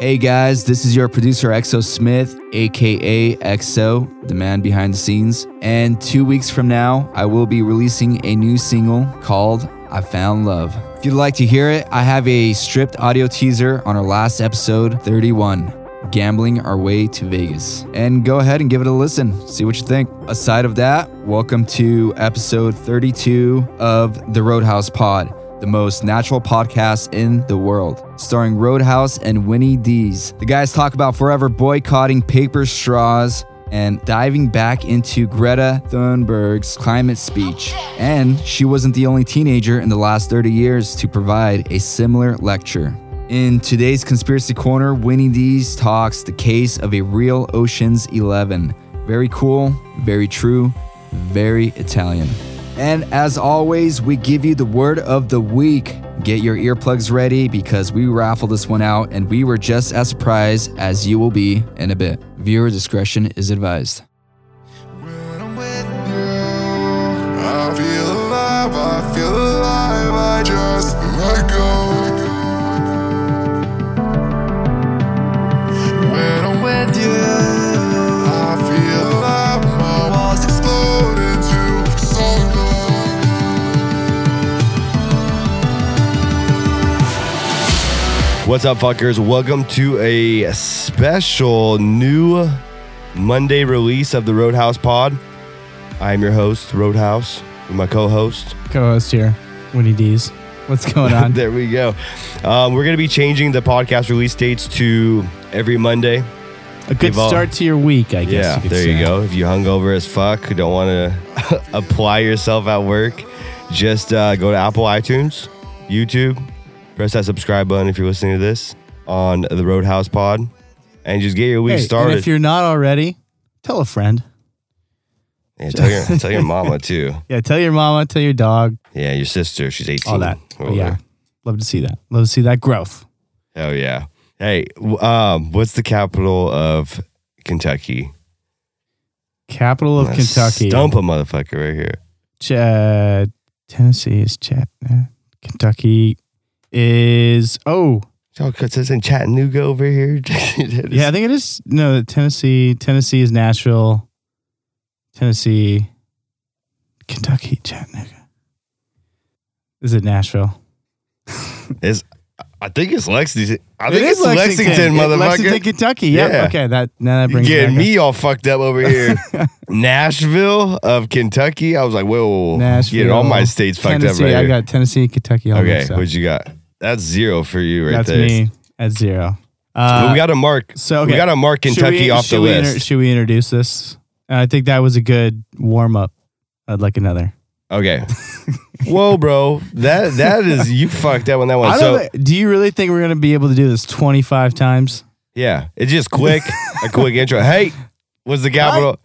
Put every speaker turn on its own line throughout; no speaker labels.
Hey guys, this is your producer Exo Smith, aka Exo, the man behind the scenes. And two weeks from now, I will be releasing a new single called I Found Love. If you'd like to hear it, I have a stripped audio teaser on our last episode 31 gambling our way to Vegas. And go ahead and give it a listen, see what you think. Aside of that, welcome to episode 32 of the Roadhouse Pod, the most natural podcast in the world, starring Roadhouse and Winnie Dees. The guys talk about forever boycotting paper straws. And diving back into Greta Thunberg's climate speech. And she wasn't the only teenager in the last 30 years to provide a similar lecture. In today's Conspiracy Corner, Winnie Dees talks the case of a real Ocean's 11. Very cool, very true, very Italian. And as always, we give you the word of the week. Get your earplugs ready because we raffle this one out and we were just as surprised as you will be in a bit. Viewer discretion is advised.
When I'm with you, I feel alive, I feel alive, I just let go. When I'm with you, I feel alive, my walls explode into solo.
What's up, fuckers? Welcome to a special new Monday release of the Roadhouse Pod. I am your host, Roadhouse, with my co-host.
co-host uh, here, Winnie D's.
What's going on?
there we go. Um, we're gonna be changing the podcast release dates to every Monday.
A good
They've all-
start to your week, I guess.
yeah,
you could
there
say.
you go. If you hungover as fuck, don't want to apply yourself at work, just uh, go to Apple iTunes, YouTube, press that subscribe button if you're listening to this on the Roadhouse Pod, and just get your
Hey,
week
and
started.
if you're not already, tell a friend.
Yeah, tell your tell your mama too.
Yeah, tell your mama, tell your dog,
Yeah, your sister. She's eighteen.
all that. But
Over.
yeah, love to see that. Love to see that growth.
Hell yeah. Hey, w- um, what's the capital of Kentucky?
Capital of
I'm gonna
Kentucky.
Stump a motherfucker right here.
Ch- uh, Tennessee is Chat. uh, Kentucky is oh
Y'all cause it's in Chattanooga over here.
yeah, I think it is. No, Tennessee. Tennessee is Nashville. Tennessee, Kentucky, Chattanooga. Is it Nashville?
it's. I think it's Lexington. I
It
think
is
it's Lexington,
Yeah,
motherfucker.
Lexington, Kentucky. Yep.
Yeah.
Okay. That now that
You're
brings
getting
me
me all fucked up over here. Nashville of Kentucky. I was like, whoa, whoa, whoa.
Nashville.
Getting all my states fucked
Tennessee.
up right
I
here.
got Tennessee, Kentucky. All
okay,
mixed up.
what you got? That's zero for you right
That's
there.
me at zero.
But
Uh,
we got to mark.
so
We
okay.
got to mark
Should
Kentucky
we-
off
should
the
we inter-
list.
should we introduce this? Uh, I think that was a good warm up. I'd like another.
okay. Whoa, bro. That that is you fucked up on that one.
I
So
don't thi- do you really think we're gonna be able to do this twenty five times?
yeah, it's just quick, a quick intro. Hey, what's the capital?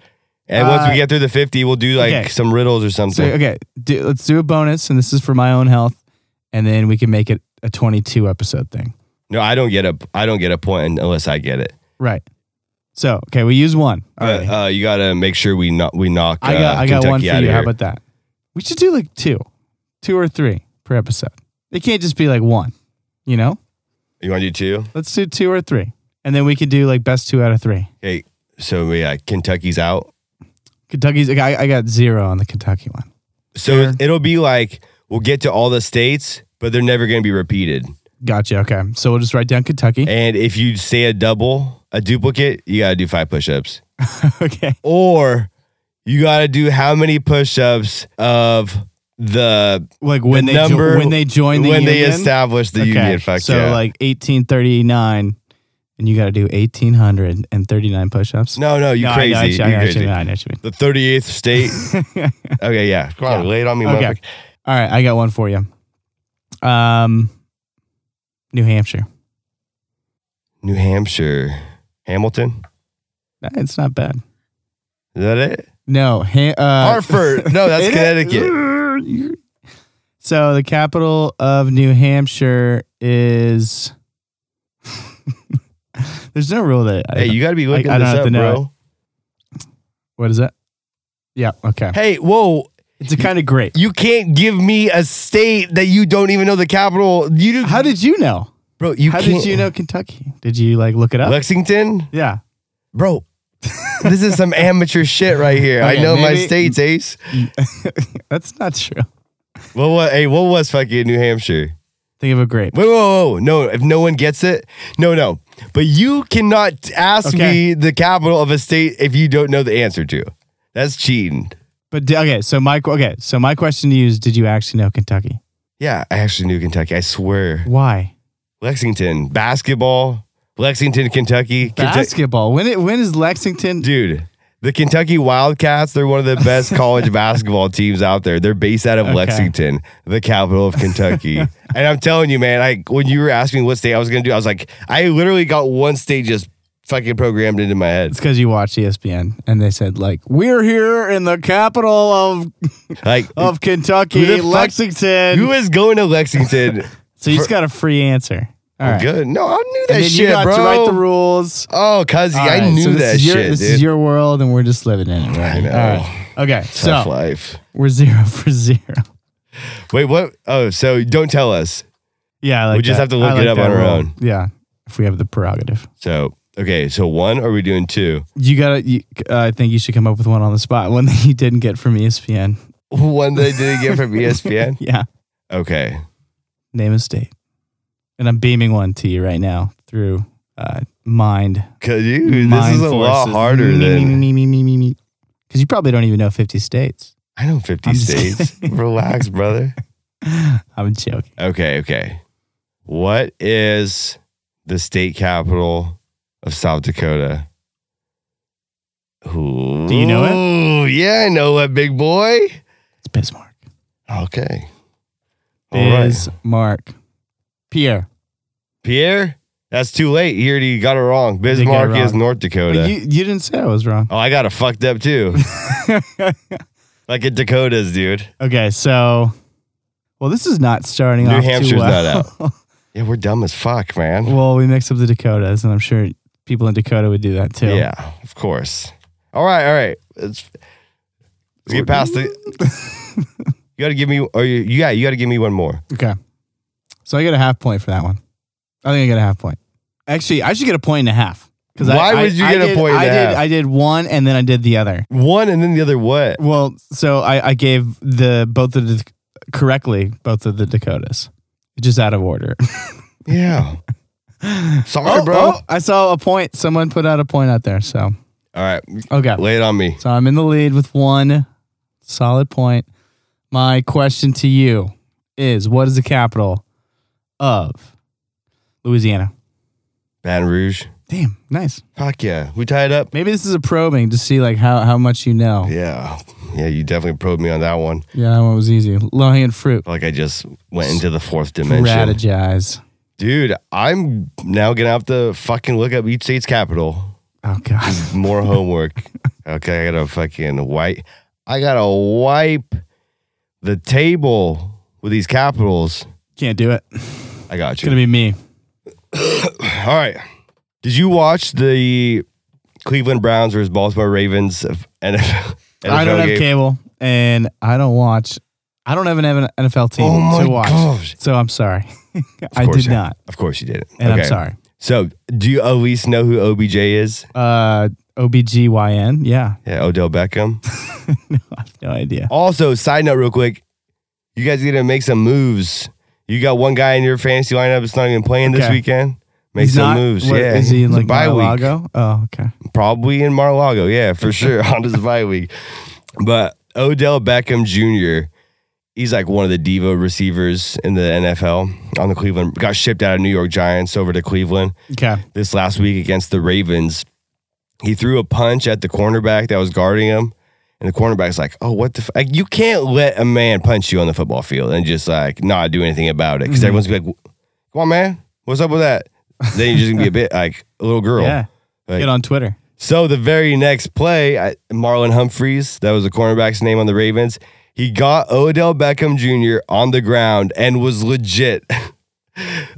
And once we
Uh,
get through the fifty, we'll do like
okay.
some riddles or
So
something.
okay, do, let's do a bonus, and this is for my own health, and then we can make it a twenty two episode thing.
No, I don't get a I don't get a point unless I get it.
Right. So okay, we use one. All right.
But uh, you gotta make sure we knock we knock.
I got
uh,
I got
Kentucky
one for
out of
you. How
here.
about that? We should do like two, two or three per episode. It can't just be like one. You know,
you want to do two?
let's do two or three, and then we can do like best two out of three.
Okay, so yeah, Kentucky's out.
Kentucky's. I, I got zero on the Kentucky one.
So
Fair.
it'll be like we'll get to all the states, but they're never gonna be repeated.
Gotcha. Okay, so we'll just write down Kentucky.
And if you say a double, a duplicate, you gotta do five push-ups.
okay.
Or you gotta do how many push-ups of the
Like when
The
they jo-
number-
when they join the
when they
union?
establish the
okay.
union. Fuck
so
yeah.
like eighteen thirty nine, and you got to do eighteen hundred and thirty nine push ups.
no, no, you
I
crazy.
know what you- I
you
know what you
crazy.
mean, I know what you mean.
The thirty eighth state. okay, yeah. Come on, lay it on me,
Okay.
motherfucker.
All right, I got one for you. Um, New Hampshire.
New Hampshire, Hamilton.
Eh, It's not bad.
Is that it?
No, ha- uh,
Hartford. No, that's
it is-
Connecticut.
So the capital of New Hampshire is. There's no rule that. I
Hey,
don't-
you gotta be looking
I- I don't
this
have
up,
to know
bro.
what is it? Yeah. Okay.
Hey, whoa.
It's a kind of great.
You can't give me a state that you don't even know the capital. You do,
How did you know?
bro. You
How
can't-
did you know Kentucky? Did you like look it up?
Lexington,
yeah.
bro? this is some amateur shit right here. I
Okay,
know my
maybe-
states, Ace.
That's not true.
What was? Hey, what was fucking New Hampshire?
Think of a grape.
Wait, whoa, whoa, whoa. No, if no one gets it, no, no. But you cannot ask me
Okay.
the capital of a state if you don't know the answer to. That's cheating.
But d- okay, so my okay, so my question to you is: Did you actually know Kentucky?
Yeah, I actually knew Kentucky. I swear.
Why
Lexington, basketball, Lexington, Kentucky. Kentu-
basketball? When it when is Lexington?
Dude, the Kentucky Wildcats, they're one of the best college basketball teams out there. They're based out of
Okay.
Lexington, the capital of Kentucky. and I'm telling you, man, I when you were asking me what state I was gonna do, I was like, I literally got one state just fucking programmed into my head.
It's because you watch E ESPN and they said like we're here in the capital of
Like
of Kentucky,
Who the fuck-
Lexington.
who is going to Lexington?
so you just got a free answer. All right,
Good. No, I knew that
And then
shit,
you got
bro.
to write the rules.
Oh, cuz
All
I
right,
knew
so this
that
is your,
shit,
This
dude.
is your world, and we're just living in it. Right?
I know.
All right. Okay,
Tough
so
life.
we're zero for zero.
Wait, what? Oh, so don't tell us.
Yeah, I like
We just
that.
have to look
I
it
like
up
that
on our
rule.
own.
Yeah, if we have the prerogative.
So, okay, so one, or are we doing two?
You gotta. You, uh, I think you should come up with one on the spot. One that you didn't get from E ESPN.
One that I didn't get from E ESPN?
Yeah.
Okay.
Name a state. And I'm beaming one to you right now through uh, mind.
Cause dude, this
mind
is a lot
forces.
harder
me, Me,
than
me, me, me, me, me. Because you probably don't even know 50 states.
I know 50
I'm just
states.
kidding.
Relax, brother.
I'm joking.
Okay, okay. What is the state capital of South Dakota? Ooh.
Do you know it?
Yeah, I know it, big boy.
It's Bismarck.
Okay. All right.
Bismarck. Pierre.
Pierre, that's too late. You already got it wrong.
it
Bismarck is
wrong.
North Dakota.
But you, you didn't say I was wrong.
oh, I got it fucked up too. like it Dakotas, dude.
okay, so. Well, this is not starting
New
off
Hampshire's
too well.
not
out.
Yeah, we're dumb as fuck, man.
well, we mixed up the Dakotas, and I'm sure people in Dakota would do that too.
Yeah, of course. All right, all right. Let's, let's get past it. You got to give me, or you, you got, you got to give me one more.
Okay. So I get a half point for that one. I think I get a half point. Actually, I should get a point and a half.
Why
I,
would you
I,
get a
I did,
point and
I
a
did,
half?
I did one and then I did the other.
One and then the other what?
Well, so I, I gave the both of the correctly both of the Dakotas, just out of order.
Yeah. Sorry,
oh,
bro.
oh, I saw a point. Someone put out a point out there. So
All right,
okay,
lay it on me.
so I'm in the lead with one solid point. My question to you is: What is the capital of Louisiana?
Baton Rouge.
Damn, nice.
Fuck yeah, we tied up.
Maybe this is a probing to see like how, how much you know. Yeah,
Yeah, yeah. You definitely probed me on that one.
that one was easy. Low hand fruit.
Like I just went into the fourth dimension.
Strategize.
Dude, I'm now gonna have to fucking look up each state's capital.
Oh god.
more homework. Okay, I gotta fucking wipe. I gotta wipe the table with these capitals.
Can't do it.
I got
It's gonna
you.
be me.
All right. Did you watch the Cleveland Browns versus Baltimore Ravens of NFL?
I don't
NFL
have
game?
cable and I don't watch I don't have an NFL team
Oh my
to watch.
gosh.
So I'm sorry. I
course
did
you-
not.
Of course you did.
And I'm sorry.
So, do you at least know who OBJ is?
Uh OBGYN. Yeah.
Yeah, Odell Beckham.
no, I have no idea.
Also, side note, real quick, you guys are gonna make some moves. You got one guy in your fantasy lineup that's not even playing this
Okay.
weekend. Make
He's
some
not-
moves.
what-
yeah,
Is he in
It's a
like
bye week?
Mar-a-Lago? Oh, okay.
Probably in Mar-a-Lago. Yeah, for sure on his bye week. But Odell Beckham Jr. He's like one of the diva receivers in the NFL on the Cleveland. Got shipped out of New York Giants over to Cleveland
Okay.
this last week against the Ravens. He threw a punch at the cornerback that was guarding him, and the cornerback's like, "Oh, what the? F-? Like, you can't let a man punch you on the football field and just like not do anything about it because
Mhm.
everyone's gonna be like, "Come on, man, what's up with that?" Then you're just gonna be a bit like a little girl.
Yeah.
Like-
Get on Twitter.
So the very next play, I, Marlon Humphreys, that was the cornerback's name on the Ravens, he got Odell Beckham Jr. on the ground and was legit.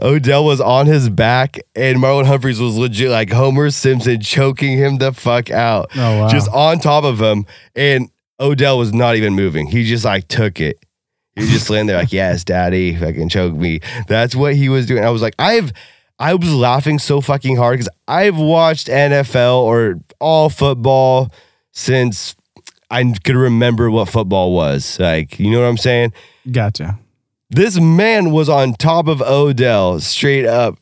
Odell was on his back, and Marlon Humphreys was legit like Homer Simpson choking him the fuck out,
Oh wow.
just on top of him. And Odell was not even moving. He just like took it. He was just laying there like, yes, daddy, fucking choke me. That's what he was doing. I was like, I've, I was laughing so fucking hard because I've watched NFL or all football since I could remember what football was. Like, you know what I'm saying?
Gotcha.
This man was on top of Odell, straight up,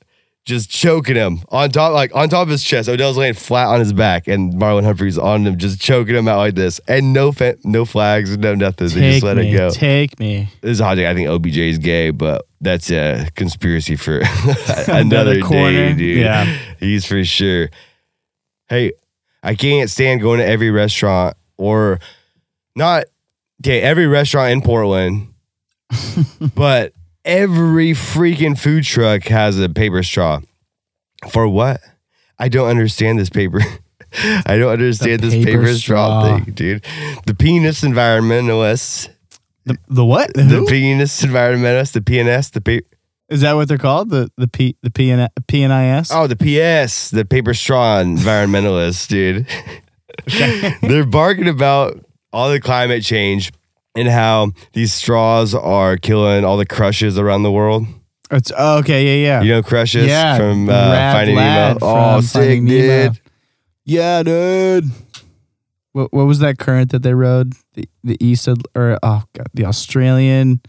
just choking him on top, like on top of his chest. Odell's laying flat on his back, and Marlon Humphrey's on him, just choking him out like this, and no, fa- no flags, no nothing. they
Take
just let
me.
it go
Take me.
this is Hodge. I think OBJ is gay, but that's a conspiracy for
Another
another,
corner.
day, dude.
Yeah.
he's for sure. Hey, I can't stand going to every restaurant or not. Okay, every restaurant in Portland, but every freaking food truck has a paper straw. For what? I don't understand this paper. I don't understand this
paper
paper straw,
straw.
thing, dude. The penis environmentalists
The, the what? The
the
who?
penis environmentalist, the PNS, the P.
Is that what they're called? The the P the PN, PNIS?
Oh, the PS, the paper straw environmentalist, dude. They're barking about all the climate change and how these straws are killing all the crushes around the world.
It's- oh, okay, yeah, yeah.
You know, crushes
Yeah,
from
the
uh,
rad
Finding Nemo.
lad
Oh,
from
sick,
Finding Nemo.
dude.
Yeah, dude. What what was that current that they rode? The the east of, or oh god, the Australian.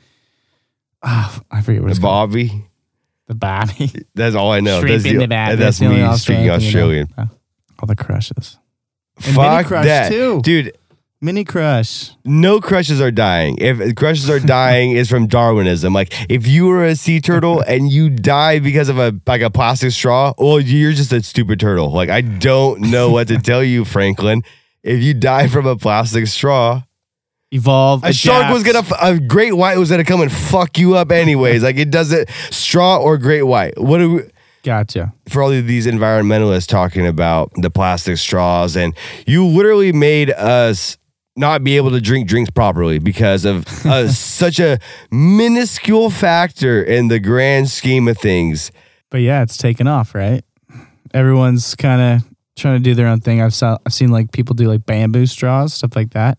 Ah, I forget what
The
it's called.
Bobby.
The Bobby.
That's all I know. That's,
Shrimp in the bag.
and that's,
the
me
only
speaking Australian.
thing I know. Oh, All the crushes. And mini
Fuck
crush,
that,
too.
dude.
Mini crush.
no crushes are dying. If crushes are dying, is from Darwinism. Like if you were a sea turtle and you die because of a like a plastic straw, well, you're just a stupid turtle. Like I don't know what to tell you, Franklin. If you die from a plastic straw,
Evolve.
a shark was gonna,
adapt.
f- a great white was gonna come and fuck you up anyways. like it doesn't straw or great white. What do we?
Gotcha.
for all of these environmentalists talking about the plastic straws and you literally made us not be able to drink drinks properly because of uh, such a minuscule factor in the grand scheme of things.
But yeah, it's taken off, right? Everyone's kind of trying to do their own thing. I've saw, I've seen like people do like bamboo straws, stuff like that.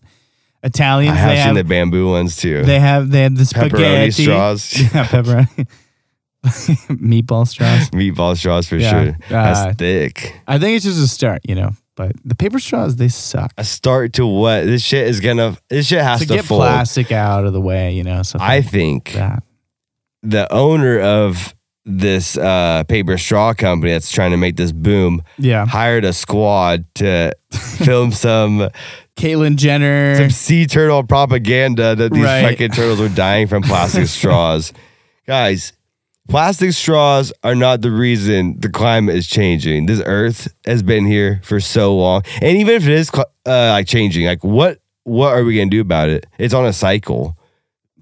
I
Italians,
have
they
seen
have
the bamboo ones too.
They have they have the spaghetti
Pepperoni straws,
Yeah, pepperoni, meatball straws.
meatball straws for
Yeah,
sure. That's
uh,
thick.
I think it's just a start, you know. But the paper straws they suck.
A start to what? This shit is gonna. This shit has
To
to,
get
fold.
plastic out of the way, you know. Something
I
like
think.
that.
the owner of this uh, paper straw company that's trying to make this boom
Yeah,
hired a squad to film some
Caitlyn Jenner.
some sea turtle propaganda that these
Right.
fucking turtles were dying from plastic straws. Guys, plastic straws are not the reason the climate is changing. This Earth has been here for so long, and even if it is cl- uh, like changing, like what what are we gonna do about it? It's on a cycle.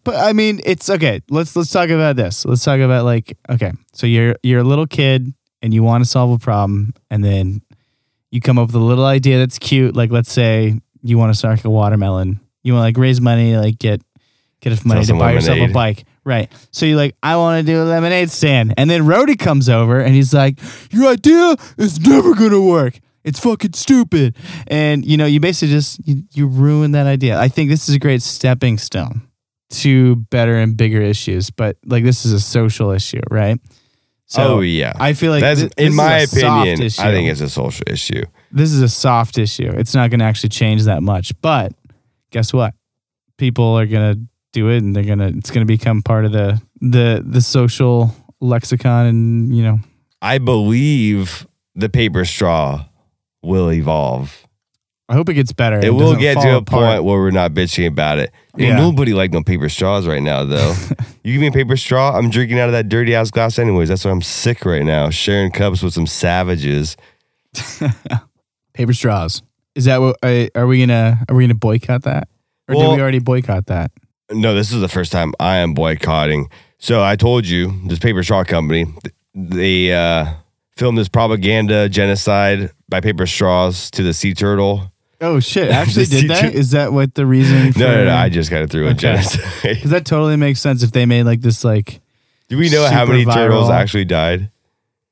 but I mean, it's okay. Let's let's talk about this. Let's talk about like okay, so you're you're a little kid and you want to solve a problem, and then you come up with a little idea that's cute. Like let's say you want to start like, a watermelon. You want to like raise money, like get get enough money to
some
buy yourself a
lemonade.
bike. Right. So you're like, I want to do a lemonade stand. And then Rody comes over and he's like, Your idea is never going to work. It's fucking stupid. And, you know, you basically just, you, you ruin that idea. I think this is a great stepping stone to better and bigger issues. But, like, this is a social issue, right?
oh yeah,
I feel like
That's
thi- this
in
is
my
a soft
opinion.
issue.
I think it's a social issue.
this is a soft issue. It's not going to actually change that much. But guess what? People are going to do it, and they're going to. It's going to become part of the the the social lexicon, and you know,
I believe the paper straw will evolve.
I hope it gets better.
It,
and
will
doesn't
get
fall
to a
apart.
point where we're not bitching about it. Ain't
Yeah.
Nobody like no paper straws right now, though. you give me a paper straw, I'm drinking out of that dirty ass glass anyways. That's why I'm sick right now, sharing cups with some savages.
Paper straws. Is that what are, are we gonna are we gonna boycott that, or did
Well-
we already boycott that?
No, this is the first time I am boycotting. So I told you this paper straw company, th- they uh, filmed this propaganda genocide by paper straws to the sea turtle.
Oh shit! Actually,
Did you-
did that? Is that what the reason? For,
No, no, no. I just kind of threw in
Okay.
genocide.
because that totally makes sense if they made like this like
Do we know how
Super
many turtles
viral.
actually died?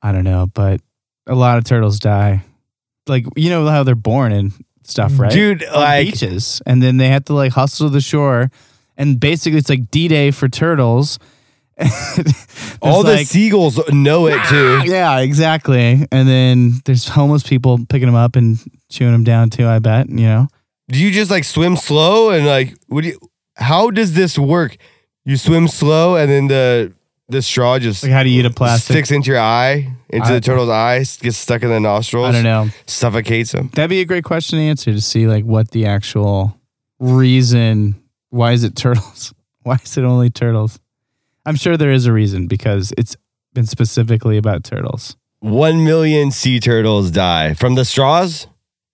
I don't know, but a lot of turtles die. Like you know how they're born and stuff, right? Oh,
Dude,
On
like
beaches, and then they have to like hustle to the shore, and basically it's like D Day for turtles. There's
All the
like- Ah!
seagulls know it too.
yeah, exactly. And then there's homeless people picking them up and chewing them down too. I bet you know.
Do you just like swim slow and like what do you how does this work? You swim slow and then the the straw just
Like how do you eat a plastic?
sticks into your eye, into
I-
the turtle's eye, gets stuck in the nostrils,
I don't know.
suffocates him.
That'd be a great question to answer to see like what the actual reason why is it turtles? Why is it only turtles? I'm sure there is a reason because it's been specifically about turtles.
One million sea turtles die from the straws.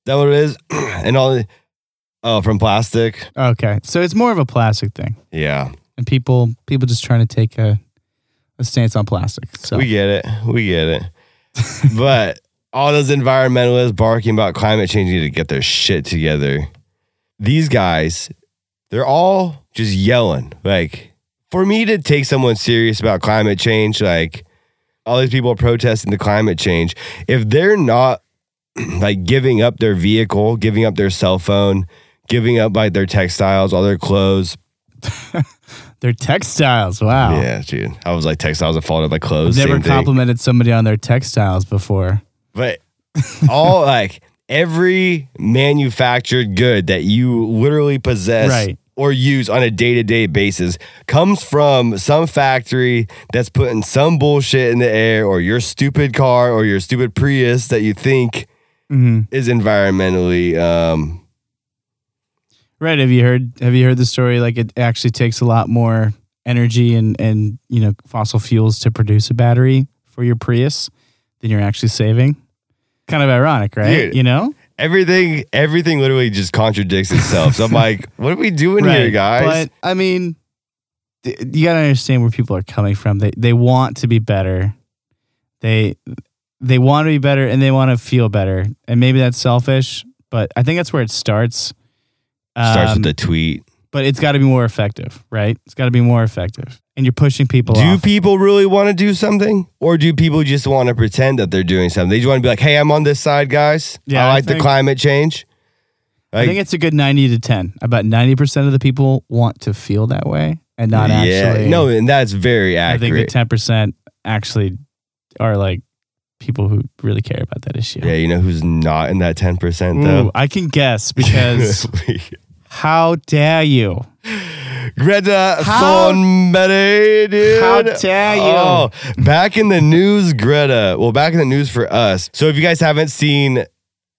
That what it is, and all. the- Oh, from plastic.
Okay. So it's more of a plastic thing.
Yeah,
And people people just trying to take a a stance on plastic. So
we get it. We get it. but all those environmentalists barking about climate change need to get their shit together. These guys, they're all just yelling. Like, for me to take someone serious about climate change, like all these people protesting the climate change, if they're not like giving up their vehicle, giving up their cell phone, giving up like their textiles, all their clothes.
they're textiles. Wow.
Yeah, dude. I was like textiles, I followed up by clothes.
Never
same thing.
complimented somebody on their textiles before.
But all like every manufactured good that you literally possess
Right.
or use on a day to day basis comes from some factory that's putting some bullshit in the air or your stupid car or your stupid Prius that you think
Mm-hmm.
is environmentally. Um,
Right. Have you heard have you heard the story like it actually takes a lot more energy and and you know fossil fuels to produce a battery for your Prius than you're actually saving? Kind of ironic, right?
Dude.
You know?
Everything, everything literally just contradicts itself. So I'm like, what are we doing here, guys?
But I mean th- you got to understand where people are coming from. They they want to be better. They they want to be better and they want to feel better. And maybe that's selfish, but I think that's where it starts.
Starts
Um,
with a tweet.
but it's got to be more effective, right? It's got to be more effective. And you're pushing people
do
off.
people really want to do something or do people just want to pretend that they're doing something they just want to be like hey i'm on this side guys
Yeah,
i
I
like the
think-
climate change
I think it's a good 90 to 10. About 90% of the people want to feel that way and not actually.
no and that's very
I think
accurate
the 10% actually are like people who really care about that issue.
yeah you know who's not in that 10%
Ooh,
though
I can guess because how dare you?
Greta
How-
Thunberg, dude.
How dare you.
Oh, back in the news, Greta. Well, back in the news for us. So if you guys haven't seen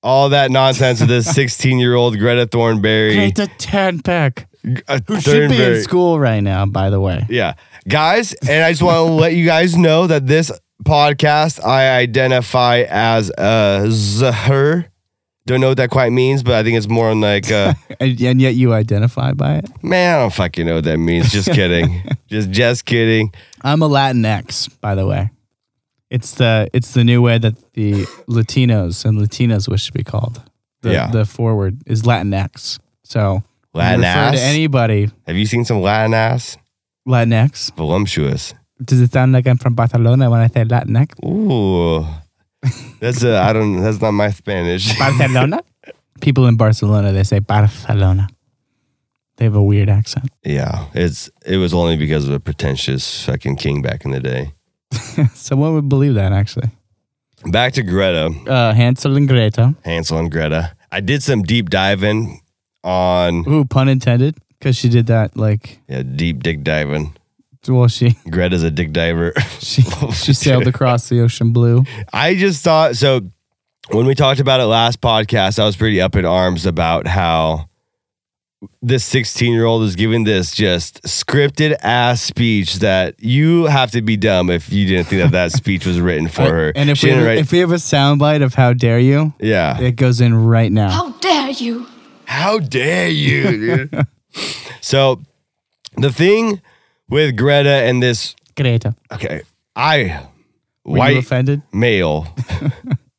all that nonsense of this 16-year-old Greta Thornberry,
Greta Thunberg,
uh,
who should be in
Thunberg-
school right now, by the way.
Yeah. Guys, and I just want to let you guys know that this podcast I identify as uh z- her. Don't know what that quite means, but I think it's more on like uh
And, and yet you identify by it.
man, I don't fucking know what that means. Just kidding. just just kidding.
I'm a Latinx, by the way. It's the it's the new way that the Latinos and Latinas wish to be called. The,
Yeah.
the forward is Latinx. So when
Latin
you refer
ass.
to anybody
Have you seen some Latin ass?
Latinx.
Voluptuous.
Does it sound like I'm from Barcelona when I say Latinx?
Ooh. That's a I don't that's not my Spanish.
Barcelona. People in Barcelona they say Barcelona. They have a weird accent.
yeah. It's it was only because of a pretentious fucking king back in the day.
Someone would believe that actually.
Back to Greta.
Uh, Hansel and Gretel.
Hansel and Greta. I did some deep diving on
Ooh, pun intended, because she did that like
yeah, deep dick diving.
well she
Greta's a dick diver.
she she sailed across the ocean blue.
I just thought so when we talked about it last podcast, I was pretty up in arms about how this 16 year old is giving this just scripted ass speech that you have to be dumb if you didn't think that that speech was written for her.
And if
She
we,
didn't write-
if we have a soundbite of how dare you,
yeah.
it goes in right now.
How dare you!
How dare you, dude? so the thing with Greta and this
Greta.
okay, I
Were you
white
offended?
male.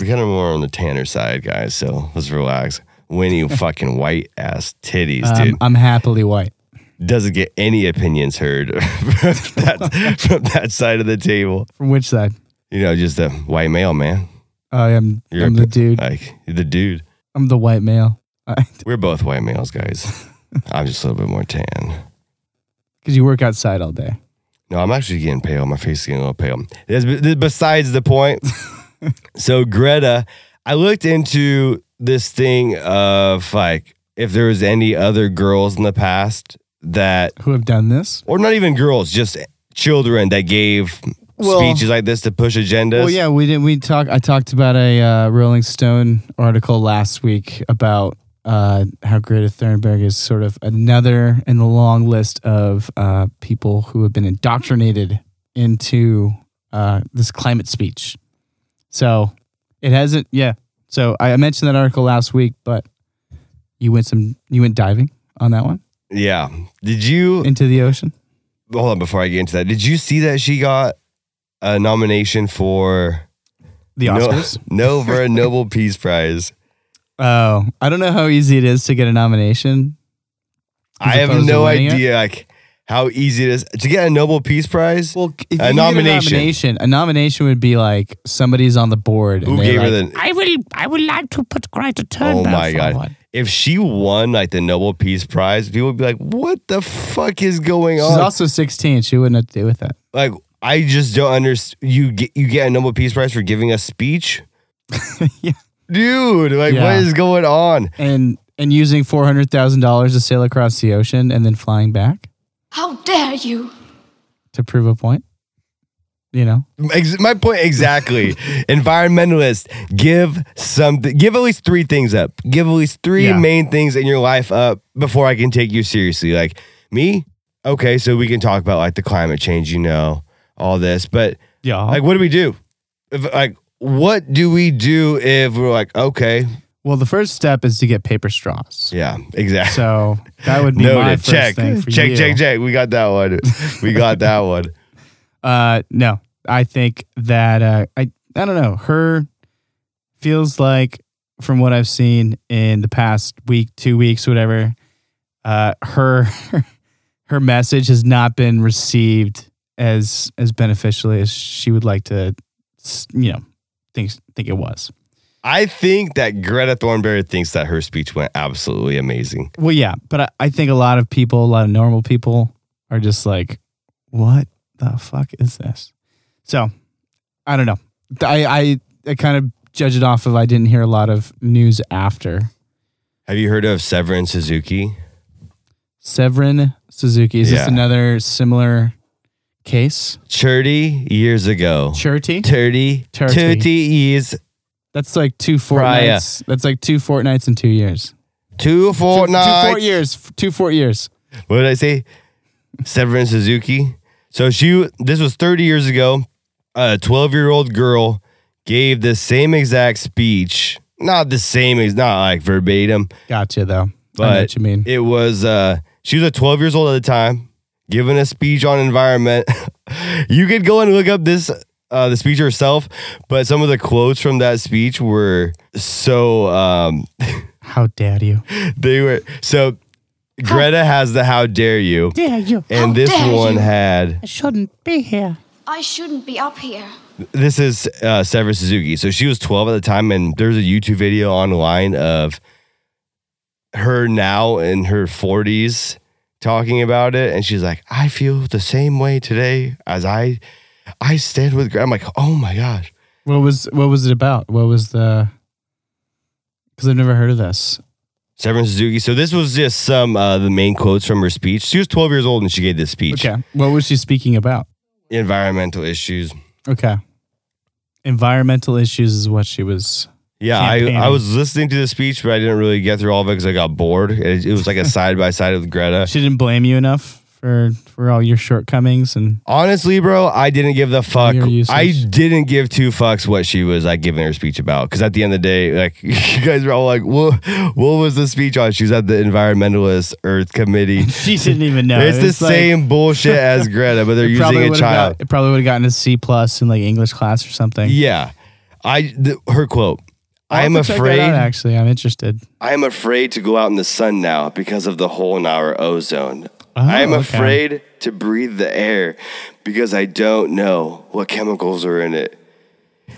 We're kind of more on the tanner side, guys, so let's relax. Winnie fucking white ass titties,
Um,
dude.
I'm happily white.
Doesn't get any opinions heard from, that, from that side of the table.
From which side?
You know, just a white male, man.
I am
You're
I'm
a
the
p-
dude.
Like the dude.
I'm the white male. I-
We're both white males, guys. I'm just a little bit more tan.
because you work outside all day.
No, I'm actually getting pale. My face is getting a little pale. That's that's besides the point. so Greta, I looked into this thing of like if there was any other girls in the past that,
Who have done this?
or not even girls, just children that gave
Well-
speeches like this to push agendas.
Well, yeah, we did. We talk. I talked about a uh, Rolling Stone article last week about uh, how Greta Thunberg is sort of another in the long list of uh, people who have been indoctrinated into uh, this climate speech. So it hasn't. Yeah. So I I mentioned that article last week, but you went some. You went diving on that one
Yeah. Did you
into the ocean.
hold on before I get into that? Did you see that she got a nomination for
The
no,
Oscars.
no for a Nobel Peace Prize?
Oh, I don't know how easy it is to get a nomination.
I have
opposed to
no
winning it?
idea like how easy it is to get a Nobel Peace Prize.
Well, if you
A
get
nomination.
a nomination, a nomination would be like somebody's on the board.
Who
and
gave
they're
her
like,
the?
I will. I would like to put Greta Thunberg.
Oh my god!
forward.
If she won like the Nobel Peace Prize, people would be like, "What the fuck is going
She's
on?"
also 16. She wouldn't have to do with that.
like, I just don't understand. You get you get a Nobel Peace Prize for giving a speech,
Yeah.
dude. Like,
Yeah.
what is going on?
And and using four hundred thousand dollars to sail across the ocean and then flying back
How dare you!
to prove a point. You know,
Ex- my point exactly. Environmentalist, give something. Give at least three things up. Give at least three
Yeah.
main things in your life up before I can take you seriously. Like me, okay, so we can talk about like the climate change, you know, all this, but
yeah.
like, what do we do? If, like, what do we do if we're like, okay,
well, the first step is to get paper straws.
yeah, exactly.
So that would be
Noted.
my first
check,
thing for
check,
you.
check, check. We got that one. We got that one.
Uh, no, I think that uh, I I don't know. Her feels like, from what I've seen in the past week, two weeks, whatever, uh, her her message has not been received as as beneficially as she would like to, s- you know, think think it was.
I think that Greta Thornberry thinks that her speech went absolutely amazing.
Well, yeah, but I, I think a lot of people, a lot of normal people, are just like, "What the fuck is this?" So, I don't know. I I, I kind of judge it off of I didn't hear a lot of news after
Have you heard of Severin Suzuki?
Severin Suzuki. Is
Yeah.
this another similar case?
30 years ago.
Surety.
30,
30.
30 years,
That's like two
Prior.
fortnights. That's like two fortnights in two years.
two
Two-
fortnights.
Two four years. F- Two four years.
What did I say? Severin Suzuki. So she, this was 30 years ago. A 12 year old girl gave the same exact speech. Not the same, it's not like verbatim,
Gotcha though. I know
but
what you mean.
it was, uh, she was a 12 years old at the time, giving a speech on environment. you could go and look up this, uh, the speech herself, but some of the quotes from that speech were so, um,
How dare you?
they were so Greta has the how dare you
Dare you?
and
How
this
dare
one
you.
had
I shouldn't be here.
I shouldn't be up here.
this is uh Sever Suzuki. So she was 12 at the time and there's a YouTube video online of her now in her 40s talking about it and she's like I feel the same way today as I I stand with Greta. I'm like, "Oh my gosh.
What was what was it about? What was the? Because I've never heard of this.
Severin Suzuki. So this was just some uh, the main quotes from her speech. She was 12 years old and she gave this speech.
Okay, what was she speaking about?
Environmental issues.
Okay, environmental issues is what she was.
Yeah, I,
campaigning.
I was listening to the speech, but I didn't really get through all of it because I got bored. It, it was like a side by side with Greta.
She didn't blame you enough for for all your shortcomings, and
Honestly, bro, I didn't give the fuck.
Your usage.
I didn't give two fucks what she was like giving her speech about. Because at the end of the day, like you guys were all like, "What? What was the speech on?" She was at the environmentalist Earth Committee.
she didn't even know.
it's
It
the
was like-
same bullshit as Greta, but they're
it
using a
would've
child.
Got, it probably would have gotten a C plus in like English class or something.
yeah, I th- her quote. I
I'll
am
have to check that
afraid.
out, actually, I'm interested.
I am afraid to go out in the sun now because of the hole in our ozone.
Oh,
I am
okay.
afraid to breathe the air because I don't know what chemicals are in it.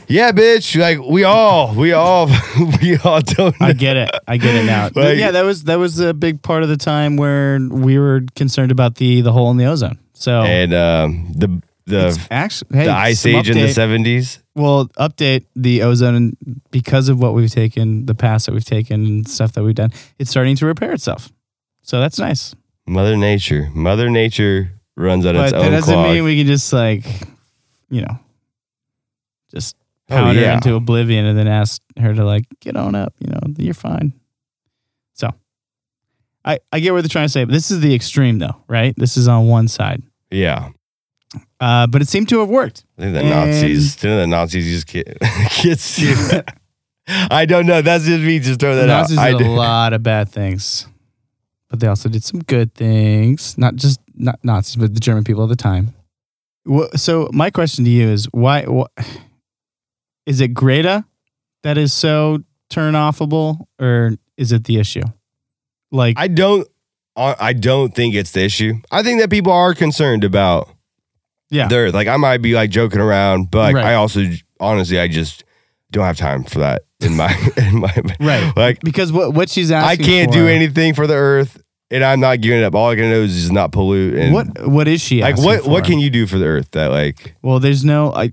Yeah, bitch. Like we all, we all, we all don't.
I get it. I get it now. But
Like-
yeah, that was that was a big part of the time where we were concerned about the the hole in the ozone. So
And um, the
it's
the
actually, hey,
the ice
some
age in the
update.
seventies.
Well, update the ozone because of what we've taken, the paths that we've taken, and stuff that we've done. It's starting to repair itself. So that's nice.
Mother nature, Mother nature runs on its
but that
own
doesn't
clock.
mean we can just like, you know, just
Oh,
powder
yeah.
into oblivion and then ask her to like get on up. You know, you're fine. So, I I get what they're trying to say, but this is the extreme though, right? This is on one side,
yeah,
uh, but it seemed to have worked.
I think the
And-
Nazis. Didn't the Nazis use kid, kids? too? I don't know. That's just me just throwing that
Nazis
out. I
did a
do-
lot of bad things, but they also did some good things. Not just not Nazis, but the German people at the time. Wha- So my question to you is why? wha- Is it Greta that is so turn offable, or is it the issue? Like
I don't. I I don't think it's the issue. I think that people are concerned about
yeah,
the earth. Like I might be like joking around, but like,
Right.
I also honestly I just don't have time for that in my in my
Right.
Like
because what what she's
I
asking
can't do
for-
anything for the earth, and I'm not giving it up. All I can do is just not pollute. And
What what is she
Like
asking
what? What
for?
can you do for the earth that like?
Well, there's no I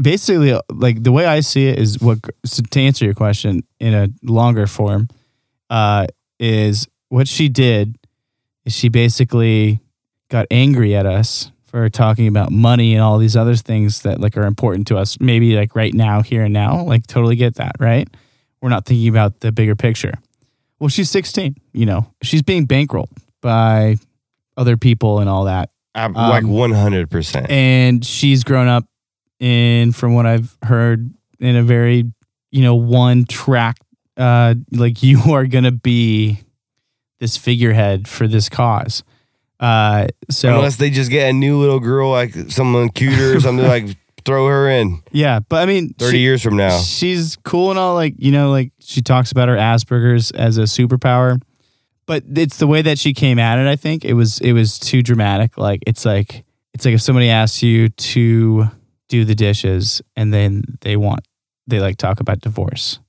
basically uh, like the way I see it is what so to answer your question in a longer form uh is what she did is she basically got angry at us for talking about money and all these other things that like are important to us maybe like right now here and now like totally get that right we're not thinking about the bigger picture well she's 16 you know she's being bankrolled by other people and all that
I'm like
Um,
100. percent
and she's grown up in from what i've heard in a very you know one track uh like you are gonna be this figurehead for this cause uh so
Unless they just get a new little girl, like someone cuter or something, like throw her in
yeah but i mean
30
she-
years from now.
she's cool and all like you know like she talks about her asperger's as a superpower but it's the way that she came at it i think it was it was too dramatic like it's like it's like if somebody asks you to do the dishes and then they want they like talk about divorce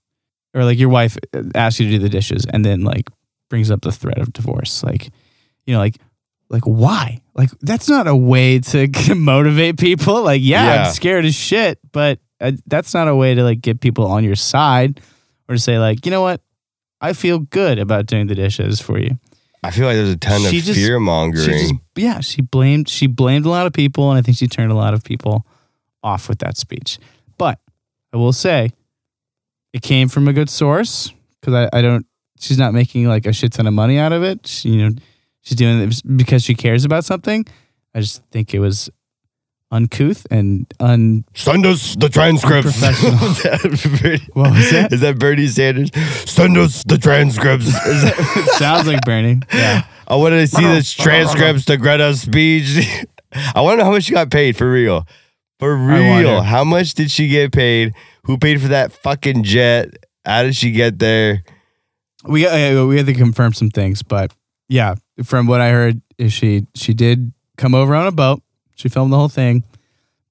or like your wife uh, asks you to do the dishes and then like brings up the threat of divorce like you know like like why like that's not a way to motivate people like yeah,
Yeah.
i'm scared as shit but uh, that's not a way to like get people on your side or to say like you know what i feel good about doing the dishes for you
I feel like there's a ton of
she just-
fear
she just
mongering.
yeah she blamed she blamed a lot of people and i think she turned a lot of people off with that speech but i will say it came from a good source because I, I don't she's not making like a shit ton of money out of it she, you know she's doing it because she cares about something i just think it was uncouth and un
Send us the transcripts.
Unprofessional.
Is that Bernie-
What was that?
Is that Bernie Sanders? Send us the transcripts. Is that-
sounds like bernie yeah
I want to see this transcripts to Greta's speech. I want to know how much she got paid for real. For real,
wonder.
how much did she get paid? Who paid for that fucking jet? How did she get there?
we uh, we had to confirm some things, but yeah, from what I heard, is she she did come over on a boat. She filmed the whole thing,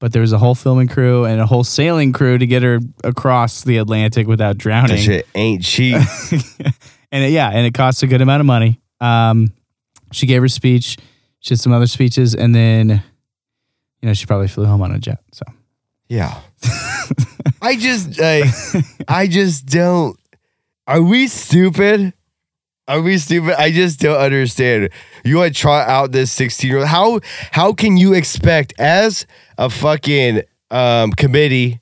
but there was a whole filming crew and a whole sailing crew to get her across the Atlantic without
That
drowning.
shit ain't cheap.
and it, yeah, and it cost a good amount of money. Um, she gave her speech. She did some other speeches, and then you know she probably flew home on a jet. So
Yeah. I just like I just don't are we stupid? Are we stupid? I just don't understand. You want to try out this 16 year old. How how can you expect as a fucking um committee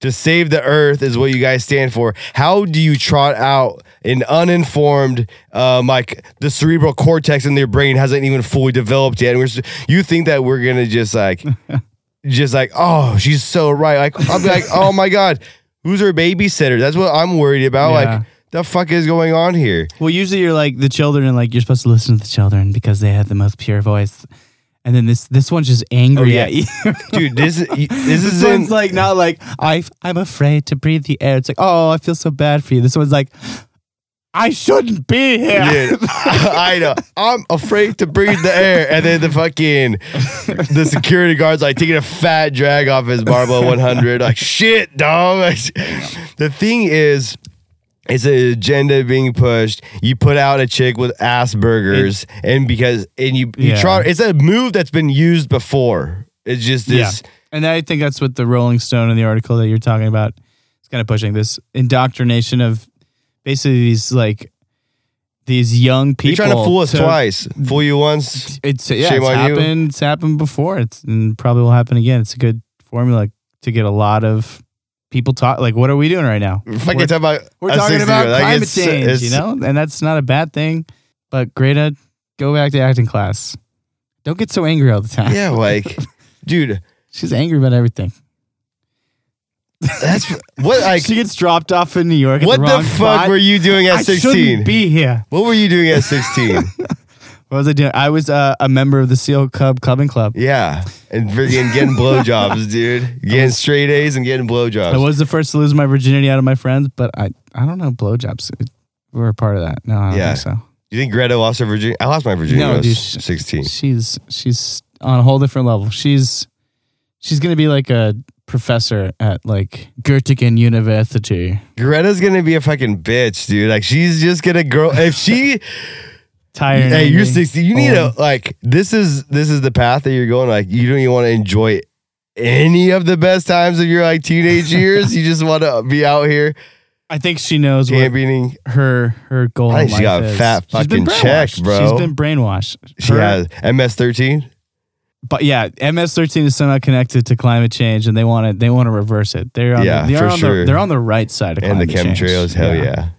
to save the earth is what you guys stand for. How do you trot out an uninformed, um, like the cerebral cortex in their brain hasn't even fully developed yet? And we're, s- you think that we're gonna just like, just like, oh, she's so right. Like I'm like, oh my god, who's her babysitter? That's what I'm worried about.
Yeah.
Like, the fuck is going on here?
Well, usually you're like the children, like you're supposed to listen to the children because they have the most pure voice. And then this this one's just angry
yeah.
at you.
Dude, this is this
this
is
one's
in,
like not like I I'm afraid to breathe the air. It's like oh I feel so bad for you. This one's like I shouldn't be here.
Dude, I know. I'm afraid to breathe the air. And then the fucking the security guard's like taking a fat drag off his barbell 100. Like shit, dog. the thing is. It's an agenda being pushed. You put out a chick with Asperger's, and because and you you
Yeah.
try. It's a move that's been used before. It's just
Yeah.
this.
And I think that's what the Rolling Stone in the article that you're talking about is kind of pushing this indoctrination of basically these like these young people.
You're trying to fool us
to-
twice. Fool you once.
It's yeah,
Shame
it's
on you.
happened. It's happened before. It's and probably will happen again. It's a good formula to get a lot of people talk. Like, what are we doing right now?
Fucking
We're-
talking about.
We're
us
talking
60
about
year old. Like,
climate
it's- uh,
change,
it's-
you know, and that's not a bad thing. But Greta, go back to acting class. Don't get so angry all the time.
Yeah, like, dude,
She's angry about everything.
that's what like.
she gets dropped off in New York. at
What
the,
the
wrong
fuck
spot.
were you doing at
I shouldn't
16?
be here.
what were you doing at 16?
What was I doing? I was uh, a member of the SEAL Cub Clubbing Club.
yeah. And freaking getting blowjobs, dude. Getting straight A's and getting
I
blowjobs.
was the first to lose my virginity out of my friends, but I, I don't know. Blowjobs uh, were a part of that. No, I don't
Yeah.
think so.
you think Greta lost her virginity? I lost my virginity
No,
when I
dude,
was
sh-
16.
She's she's on a whole different level. She's she's gonna be like a professor at like Goettingen University.
Greta's going to be a fucking bitch, dude. Like, she's just going to grow. If she,
Tired.
hey, you're
angry,
16, you need
old.
to, like, this is this is the path that you're going. Like, you don't even want to enjoy any of the best times of your, like, teenage years. you just want to be out here
I think she knows what
championing
her her goal.
I
in
think she
life
got a
is.
fat
She's been
fucking check,
brainwashed.
bro.
She's been brainwashed.
She
Her-
has MS13.
but yeah, MS13 is somehow connected to climate change, and they want to they want to reverse it. They're on
Yeah,
the, they're
for
on
sure.
the, they're on the right side of
and the
climate change.
chemtrails. Hell yeah.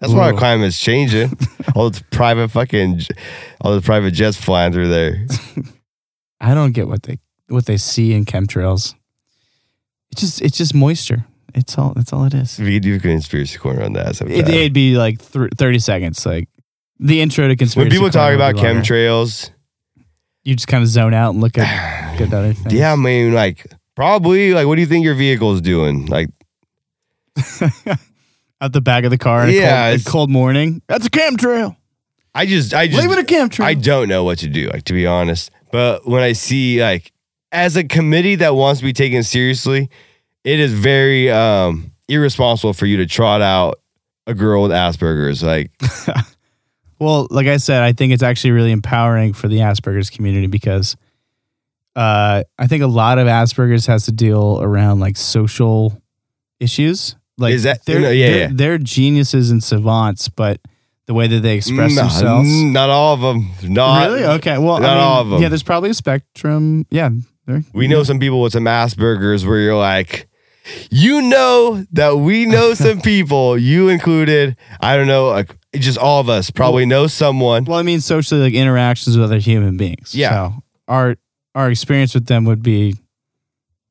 That's why our climate's changing. all the private fucking, j- all the private jets flying through there.
I don't get what they what they see in chemtrails. It's just it's just moisture. It's all that's all it is.
We could do a conspiracy corner on that sometime.
It, it'd be like thr thirty seconds, like the intro to
when
conspiracy.
people talk
Corner would
about
be longer.
chemtrails,
you just kind of zone out and look at look at other things.
yeah, I mean, like probably, like, what do you think your vehicle's doing? Like,
out the back of the car. In
Yeah,
a cold,
it's-
a cold morning. That's a chemtrail.
I just, I just,
Leave it a chemtrail.
I don't know what to do, like to be honest. But when I see like as a committee that wants to be taken seriously, it is very um irresponsible for you to trot out a girl with Asperger's. Like
Well, like I said, I think it's actually really empowering for the Asperger's community because uh, I think a lot of Asperger's has to deal around like social issues. Like
Is that-
they're,
no, yeah,
they're,
yeah.
they're geniuses and savants, but the way that they express
nah,
themselves.
n- not all of them. Not
really? Okay. Well, I
not
mean,
all of 'em.
yeah, there's probably a spectrum. Yeah. there-
We know some people with some Asperger's where you're like, you know that we know some people, you included. I don't know, like just all of us probably know someone.
Well, I mean, socially, like interactions with other human beings.
Yeah.
So our our experience with them would be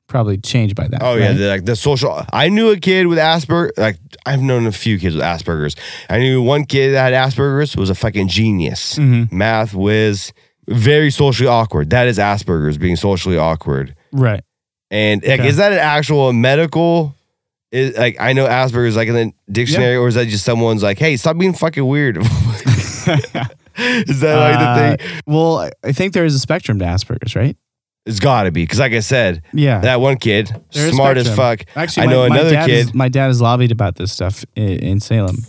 probably changed by that.
Oh yeah,
right?
the, like the social. I knew a kid with Asperger. Like I've known a few kids with Aspergers. I knew one kid that had Aspergers was a fucking genius,
Mm-hmm.
math whiz, very socially awkward. That is Aspergers being socially awkward.
Right.
And like,
Okay.
is that an actual medical? Is, like I know Asperger's like in the dictionary, or is that just someone's like, hey, stop being fucking weird? is that
Uh,
like the thing?
Well, I- I think there is a spectrum to Asperger's, right?
It's got to be because, like I said,
Yeah.
that one kid
There is
smart as
spectrum.
fuck.
Actually,
I
my-
know
my,
another
dad
kid.
Is, my dad is lobbied about this stuff in, in Salem,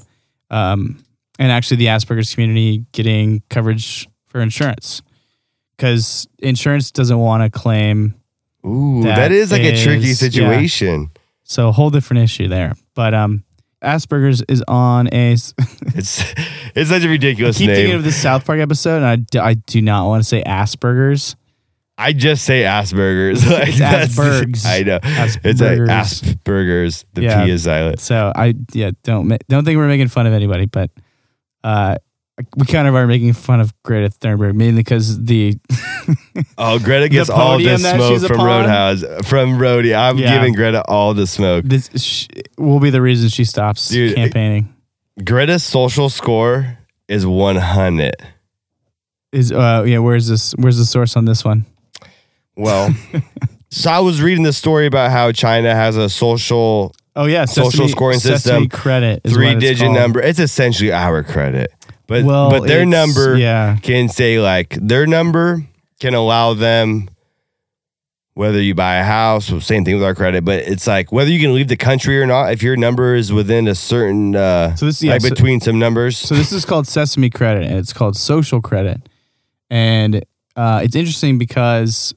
um, and actually the Asperger's community getting coverage for insurance because insurance doesn't want to claim.
Ooh,
That
that is like a tricky
is- yeah.
situation.
So a whole different issue there. But um, Asperger's is on a. s-
It's it's such a ridiculous
keep thinking
name.
of the South Park episode, and I d- I do not want to say Asperger's.
I just say Asperger's. Like,
It's
that's-
Aspergs.
I know. It's like
Aspergers.
Asperger's. The
Yeah.
P is silent.
So I yeah don't ma- don't think we're making fun of anybody, but uh, we kind of are making fun of Greta Thunberg mainly because the
Oh, Greta gets
The
all
podium
the
that
smoke
she's
from
upon?
Roadhouse, from Rhodey. I'm
Yeah.
giving Greta all the smoke.
this sh- will be the reason she stops
Dude,
campaigning.
Greta's social score is 100.
Is uh yeah where's this where's the source on this one?
Well, so I was reading this story about how China has a social
Oh yeah,
Social
Sesame-
scoring
Sesame
system,
credit, is what
three
it's
digit
called.
number. It's essentially our credit, but
Well,
but their
it's-
number
yeah.
can say like their number can allow them whether you buy a house. well, Same thing with our credit, but it's like whether you can leave the country or not. If your number is within a certain uh,
So this- yeah,
like
so-
between some numbers,
So this is called Sesame Credit, and it's called social credit, and uh, it's interesting because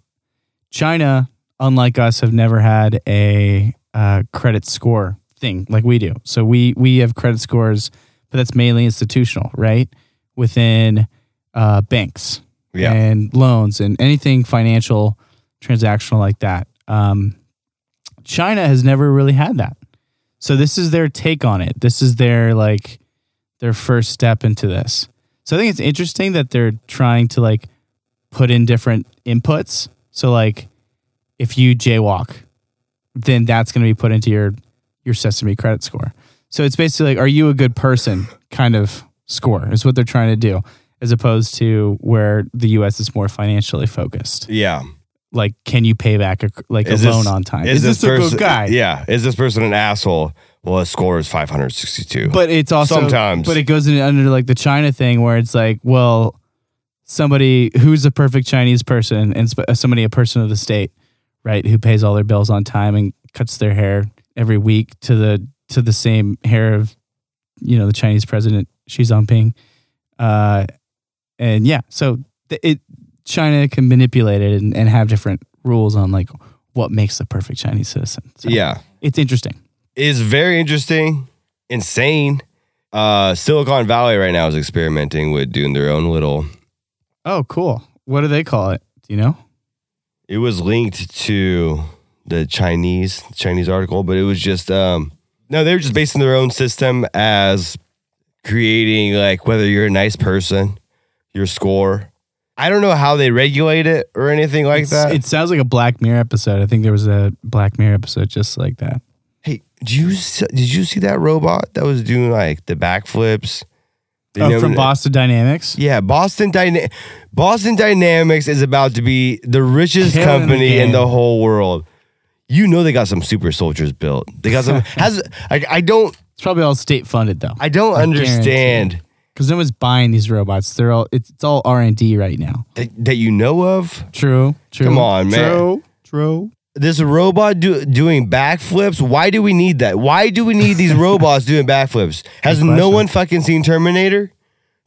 China, unlike us, have never had a uh, credit score thing like we do. So we we have credit scores, but that's mainly institutional, right? Within uh, banks
yeah,
and loans and anything financial, transactional like that. Um, China has never really had that. So this is their take on it. This is their like their first step into this. So I think it's interesting that they're trying to like put in different inputs. So like if you jaywalk, then that's going to be put into your your Sesame credit score. So it's basically like are you a good person kind of score is what they're trying to do as opposed to where the US is more financially focused.
yeah.
Like can you pay back a like a loan on time? Is, this, a
person,
good guy?
Yeah, is this person an asshole? Well, his score is five hundred sixty two.
But it's also
Sometimes.
But it goes in under like the China thing where it's like, well, somebody who's a perfect Chinese person and sp- uh, somebody a person of the state, right, who pays all their bills on time and cuts their hair every week to the to the same hair of, you know, the Chinese president Xi Jinping, uh, and yeah, so th- it China can manipulate it and, and have different rules on like what makes the perfect Chinese citizen. So
yeah,
it's interesting.
is very interesting, insane. Uh, Silicon Valley right now is experimenting with doing their own little.
Oh, cool. What do they call it? Do you know?
It was linked to the Chinese Chinese article, but it was just um no, they were just basing their own system as creating like whether you're a nice person, your score. I don't know how they regulate it or anything like
It's-
that.
It sounds like a Black Mirror episode. I think there was a Black Mirror episode just like that.
Hey, did you see, did you see that robot that was doing like the backflips? They
Oh,
never-
from Boston Dynamics.
Yeah, Boston Dyna- Boston Dynamics is about to be the richest
Killing the
company in
game.
the whole world. You know they got some super soldiers built. They got some has I, I don't
It's probably all state funded though,
I don't
I guarantee
understand
because no one's buying these robots. They're all it's, it's all R and D right now.
that, that you know of.
True. True.
Come on, man.
True. True.
This robot do, doing backflips. Why do we need that? Why do we need these robots doing backflips? Has no
question.
one fucking seen Terminator?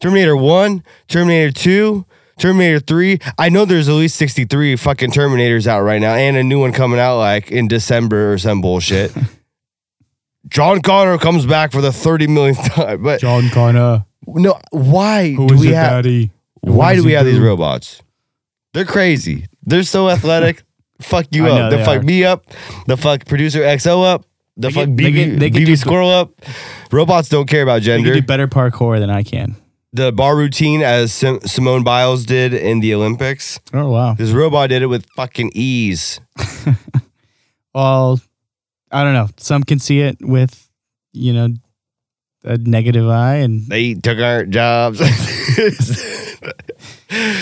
Terminator 1, Terminator 2, Terminator 3. I know there's at least 63 fucking Terminators out right now and a new one coming out like in December or some bullshit. John Connor comes back for the 30 millionth time. But
John Connor.
no, why do we have
daddy?
why
is
do we
it
have these
do?
robots? They're crazy. They're so athletic. fuck you
I know
up. They,
they
fuck
are.
me up. The fuck producer XO up. The
They
fuck
can- they
BB,
can- they can
BB
do-
squirrel up. Robots don't care about
You
gender.
do better parkour than I can.
the bar routine as Sim- Simone Biles did in the Olympics.
Oh wow.
This robot did it with fucking ease.
Well, I don't know. Some can see it with, you know, a negative eye, and
They took our jobs.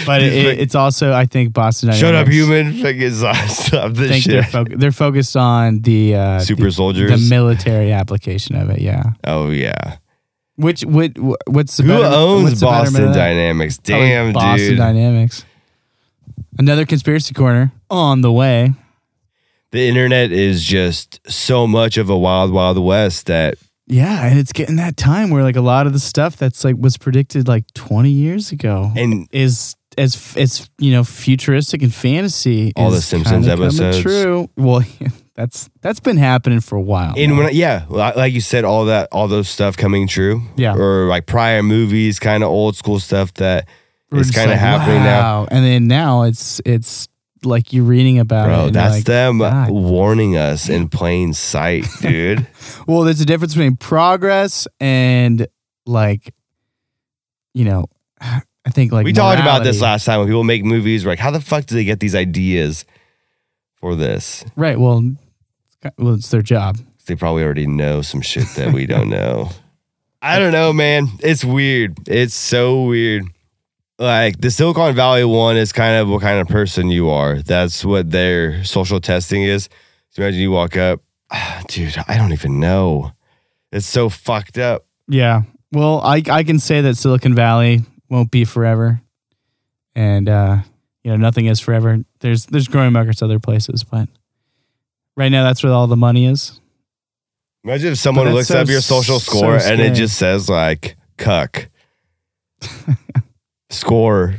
but it, it- it's also I think Boston Dynamics.
Shut up, human! Fucking stop, stop this
think
shit.
they're, fo- they're focused on the uh,
Super
the,
soldiers.
the military application of it. Yeah,
oh yeah.
which what wh- what's the
Who
betterment-
owns
what's the betterment
Boston
of that?
Dynamics?
Probably
Damn,
Boston
dude.
Dynamics. Another conspiracy corner on the way.
the internet is just so much of a wild, wild west that
Yeah, and it's getting that time where like a lot of the stuff that's like was predicted like twenty years ago
and
is as f- as you know futuristic and fantasy.
All the
is
Simpsons
kinda coming
episodes.
True. Well, that's that's been happening for a while.
and
now.
when I, yeah, li- like you said, all that, all those stuff coming true,
Yeah.
or like prior movies, kind of old school stuff that
We're
is
just
kind of
like,
happening now.
wow. And then now it's it's like you're reading about it.
Bro,
and you're
that's
like,
them
God.
warning us in plain sight, dude.
Well, there's a difference between progress and like, you know, I think like
we talked about this
morality.
last time when people make movies. We're like, how the fuck do they get these ideas for this?
right. Well, it's ki- well, it's their job.
They probably already know some shit that we don't know. I don't know, man. It's weird. It's so weird. Like the Silicon Valley one is kind of what kind of person you are. That's what their social testing is. So imagine you walk up, dude, I don't even know. It's so fucked up.
Yeah. Well, I I can say that Silicon Valley won't be forever, and uh, you know nothing is forever. There's there's growing markets other places, but right now that's where all the money is.
Imagine if someone
that's
looks
so-
up your social
so
score and
scary.
it just says like cuck score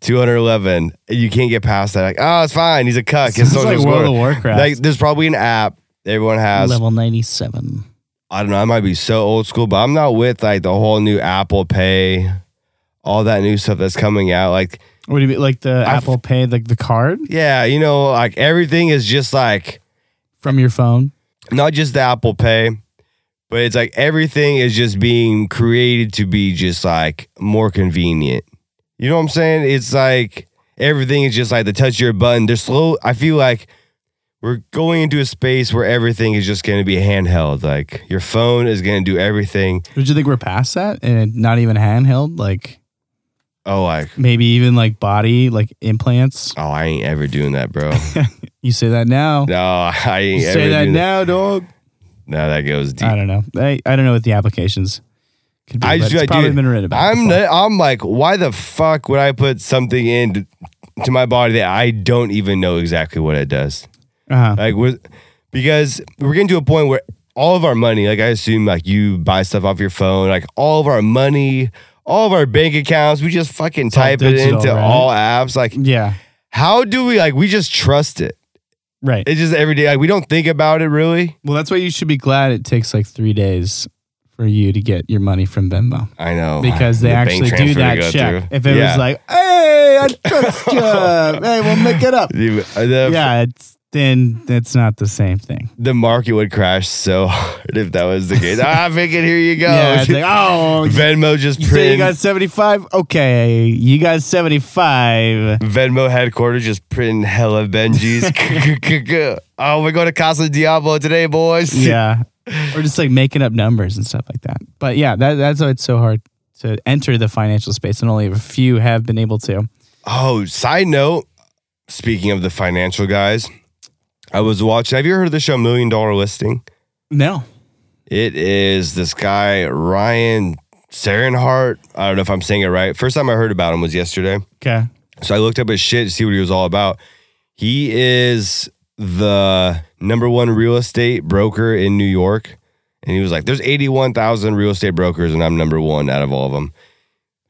211. and You can't get past that. Like, oh, it's fine. He's a cuck. His
Sounds
social
like World of
score.
Warcraft.
Like, there's probably an app everyone has.
level ninety seven.
I don't know. I might be so old school, but I'm not with like the whole new Apple Pay, all that new stuff that's coming out. Like,
What do you mean, like the
I've-
Apple Pay, like the card
yeah, you know, like everything is just like
from your phone?
not just the Apple Pay, but it's like everything is just being created to be just like more convenient. You know what I'm saying? It's like everything is just like the touch of your button. They're slow. I feel like we're going into a space where everything is just going to be handheld. Like your phone is going to do everything.
Did you think we're past that and not even handheld? Like
Oh, like
maybe even like body like implants.
oh, I ain't ever doing that, bro.
You say that now.
No, I
You
ain't
say
ever
that
doing that.
now, dog.
No, that goes deep.
I don't know. I, I don't know what the applications could be.
I just
but
feel
it's
like,
probably
dude,
been written about.
I'm
before.
not, I'm like, why the fuck would I put something in to, to my body that I don't even know exactly what it does?
Uh-huh.
Like, we because we're getting to a point where all of our money, like I assume, like you buy stuff off your phone, like all of our money, all of our bank accounts, we just fucking
all
type
digital,
it into
right?
all apps. Like,
Yeah.
how do we like? We just trust it.
Right.
It's just every day. Like, we don't think about it really.
well, that's why you should be glad it takes like three days for you to get your money from Venmo
I know
because they
Oh, The bank
actually
transfer
do
to
that
go
check.
through.
If it
Yeah.
was like, hey, I trust you. hey, we'll make it up.
The- the-
Yeah. It's then it's not the same thing.
the market would crash so hard if that was the case. ah, Vicken, here you go.
yeah. It's like, oh,
Venmo just
you say
printed.
you got 75? Okay. You got 75.
Venmo headquarters just printing hella Benjis. oh, we're going to Casa Diablo today, boys.
yeah or just like making up numbers and stuff like that but yeah that, that's why it's so hard to enter the financial space and only a few have been able to
Oh, side note. Speaking of the financial guys, I was watching. Have you heard of the show Million Dollar Listing?
no
It is this guy Ryan Serenhart. I don't know if I'm saying it right. First time I heard about him was yesterday.
okay
So I looked up his shit to see what he was all about. He is the number one real estate broker in New York. And he was like, there's 81,000 real estate brokers, and I'm number one out of all of them.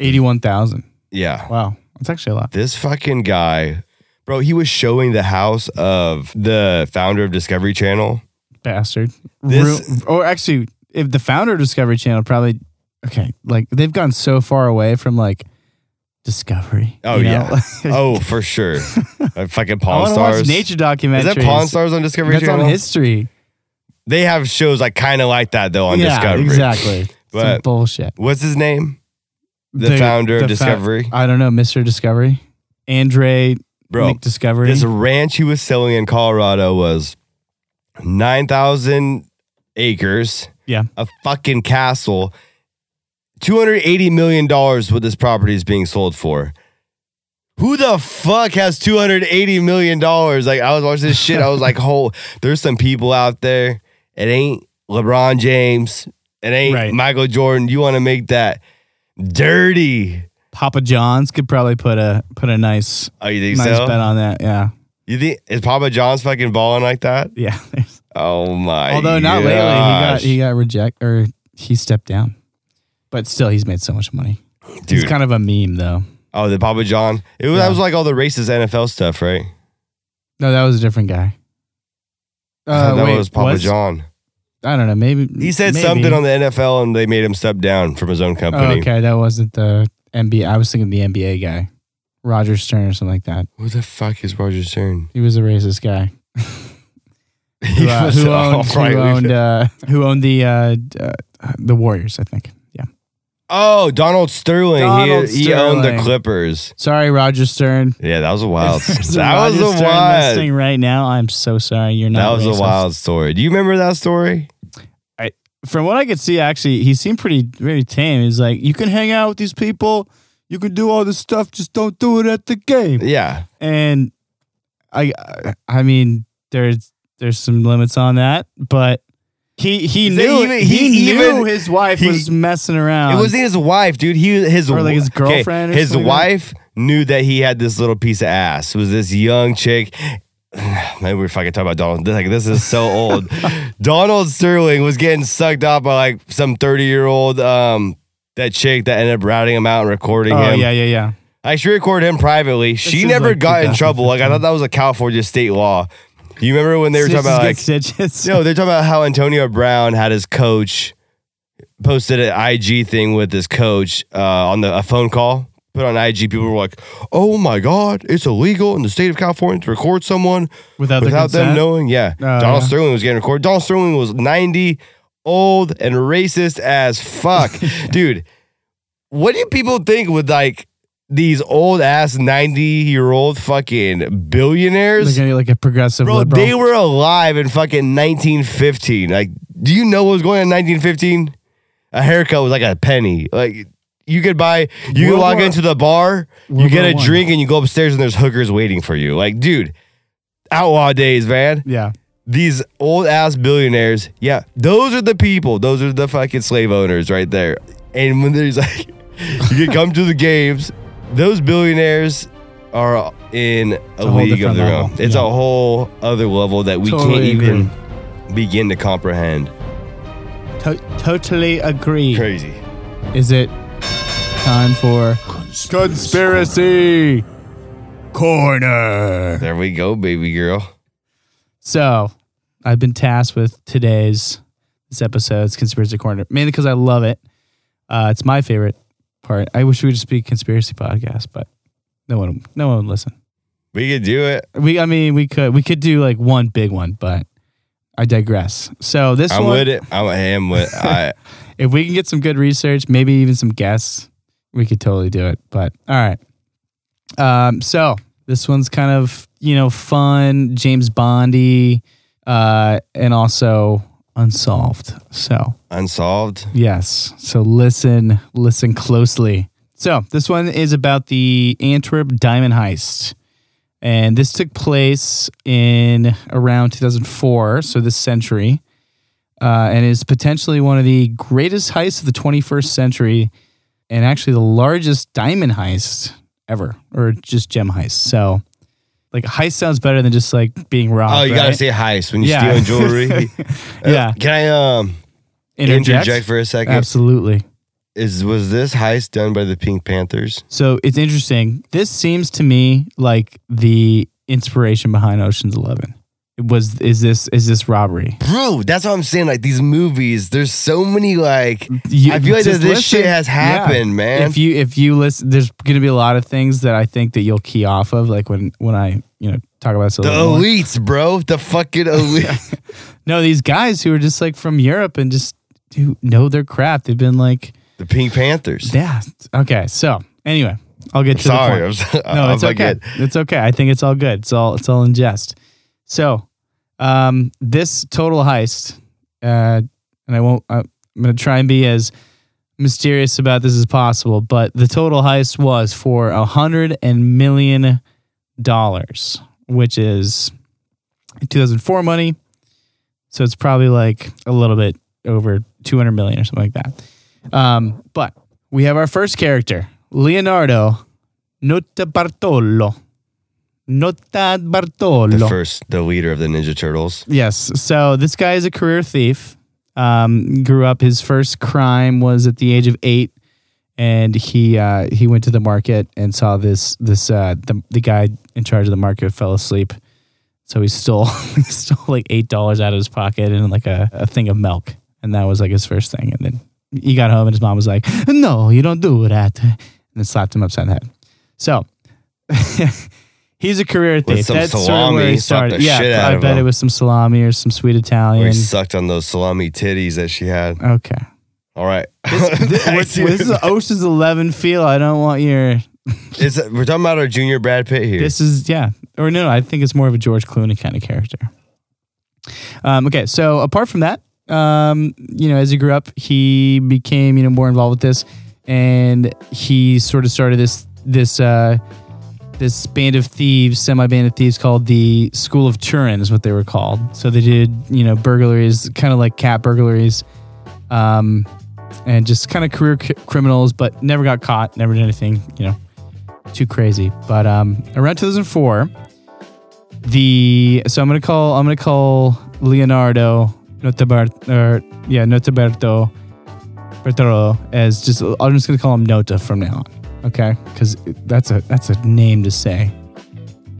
81000
Yeah.
wow that's actually a lot
This fucking guy, bro, he was showing the house of the founder of Discovery Channel.
bastard
This-
Ru- or actually if the founder of discovery channel probably okay like they've gone so far away from like discovery
Oh,
you know?
yeah.
Like,
Oh, for sure. Like fucking
i
Pawn
want to watch
Stars.
nature
is
documentaries
that Pawn Stars on Discovery
that's on
Channel?
history
they have shows like kind of like that, though, on
yeah
Discovery.
exactly Some
But
bullshit
what's his name? The founder of
fou-
Discovery?
I don't know, Mr. Discovery, Andre
Bro,
Discovery.
This ranch he was selling in Colorado was 9,000 acres.
Yeah.
A fucking castle. $280 million what this property is being sold for. Who the fuck has $280 million? Like, I was watching this shit. I was like, oh, there's some people out there. It ain't LeBron James. It ain't
Right.
Michael Jordan. You want to make that dirty.
Papa John's could probably put a put a nice
Oh, you think
nice
so?
bet on that. Yeah,
You think is Papa John's fucking balling like that?
yeah.
Oh my!
Although not lately, he got
gosh.
he got reject or he stepped down, but still he's made so much money. He's
Dude.
kind of a meme though.
oh, the Papa John. It was that was like all the racist NFL stuff, right?
No, that was a different guy.
I thought that
Uh, wait,
was Papa
what's-
John.
I don't know. Maybe
He said
maybe.
something on the NFL, and they made him step down from his own
Oh,
company.
okay, that wasn't the NBA. I was thinking the NBA guy, Roger Stern or something like that.
Who the fuck is Roger Stern?
He was a racist guy.
He
who, uh,
was
who
all
owned,
right,
who,
we-
owned uh, who owned the uh, d- uh, the Warriors, I think. Yeah.
oh, Donald Sterling.
Donald
he, he owned the
Sterling.
Clippers.
Sorry, Roger Stern.
Yeah, that was a wild.
If there's a
that was
Roger
a
Stern
wild.
listening right now. I'm so sorry. You're
That
not.
was
racist.
a wild story. Do you remember that story?
From what I could see, actually, he seemed pretty very tame. He's like, you can hang out with these people, you can do all this stuff, just don't do it at the game.
Yeah.
And I, I mean, there's there's some limits on that, but he he
They
knew
even-
he,
he
knew
even-
his wife
he-
was messing around.
it wasn't his wife, dude. He his
Um, Or, like, his
wi- okay,
girlfriend or
his
something like that?
wife knew that he had this little piece of ass. It was this young chick. Maybe we're fucking talking about Donald. Like this is so old. Donald Sterling was getting sucked off by like some thirty year old um that chick that ended up routing him out and recording
oh
him.
yeah yeah yeah.
Like she recorded him privately. she
is,
never
like,
got in trouble. Like I thought that was a California state law. You remember when they were talking
Stitches
about
get
like
stitches.
no, they're talking about how Antonio Brown had his coach posted an IG thing with his coach uh, on the a phone call. Put on IG, people were like, "Oh my God, it's illegal in the state of California to record someone
Without their
without them
consent?
knowing." Yeah,
Oh,
Donald
yeah.
Sterling was getting recorded. Donald Sterling was ninety, old and racist as fuck, dude. What do people think with like these old ass ninety year old fucking billionaires?
Like a, like a progressive
Bro,
liberal.
they were alive in fucking 1915. Like, do you know what was going on in 1915? A haircut was like a penny. Like, you could buy, you could
World
walk
War-
into the bar, you
World
get
War
a
One.
drink, and you go upstairs, and there's hookers waiting for you. Like, dude, outlaw days, man.
yeah.
These old ass billionaires, yeah, those are the people. Those are the fucking slave owners right there. And when there's like, you can come to the games, those billionaires are in a,
a whole
league of
different
their
level.
own. It's
Yeah.
a whole other level that we can't
Totally
even begin to comprehend.
To- totally agree.
Crazy.
Is it time for conspiracy corner?
There we go, baby girl.
So, I've been tasked with today's this episode's conspiracy corner mainly because I love it. Uh, it's my favorite part. I wish we would just be a conspiracy podcast, but no one, no one would listen.
We could do it.
We, I mean, we could, we could do like one big one, but I digress. So this
I'm
one,
with it. I'm, I am with I
if we can get some good research, maybe even some guests, we could totally do it. But all right. Um, so this one's kind of, you know, fun, James Bondy, uh, and also unsolved. So
unsolved.
yes. So listen, listen closely. So this one is about the Antwerp diamond heist. And this took place in around 2004, so this century uh, and is potentially one of the greatest heists of the 21st century and actually the largest diamond heist ever or just gem heist. So, like, heist sounds better than just like being robbed.
Oh, you gotta
right?
say heist when you're
Yeah.
stealing jewelry.
yeah,
Can I um
interject,
interject for a second?
Absolutely.
is was this heist done by the Pink Panthers?
So, it's interesting. This seems to me like the inspiration behind Ocean's 11. It was is this is this robbery?
Bro, that's what I'm saying. Like these movies, there's so many like
You-
I feel like
just
this shit
listen.
has
Yeah.
happened, man.
If you if you listen, there's going to be a lot of things that I think that you'll key off of, like when when I you know talk about this a
the
little more.
elites, bro. The fucking elite.
No, these guys who are just like from Europe and just who know their crap. They've been like,
the Pink Panthers.
yeah, okay. So anyway, I'll get to the
Sorry,
point.
I'm, so-
no,
I'm
it's okay.
fucking-
It's okay. I think it's all good. It's all it's all in jest. So, um, this total heist, uh, and I won't. I, I'm going to try and be as mysterious about this as possible. But the total heist was for a hundred and million dollars, which is 2004 money. So it's probably like a little bit over 200 million or something like that. Um, but we have our first character, Leonardo Nota Bartolo. Nota Bartolo.
The first, the leader of the Ninja Turtles.
Yes. So this guy is a career thief. Um, grew up. His first crime was at the age of eight, and he uh, he went to the market and saw this this uh, the the guy in charge of the market fell asleep, so he stole he stole like eight dollars out of his pocket and like a, a thing of milk, and that was like his first thing. And then he got home, and his mom was like, "No, you don't do that," and then slapped him upside the head. So. He's a career thief.
some
sort of where
salami,
he
slapped
started.
the
Yeah,
shit out
I
of
bet
him.
it was some salami or some sweet
Where he
Italian.
sucked on those salami titties that she had.
Okay.
All right.
This,
I
this
see what-
is an Ocean's Eleven feel. I don't want your.
It's- we're talking about our junior Brad Pitt here.
This is yeah, or no, I think it's more of a George Clooney kind of character. Um, okay, so apart from that, um, you know, as he grew up, he became you know more involved with this, and he sort of started this this uh, this band of thieves, semi band of thieves called the School of Turin, is what they were called. So they did, you know, burglaries, kind of like cat burglaries, um, and just kind of career c- criminals, but never got caught, never did anything, you know, too crazy. But um, around 2004, the so I'm gonna call I'm gonna call Leonardo Notabert or yeah Notaberto Bertolo as just I'm just gonna call him Nota from now on, okay? Because that's a that's a name to say.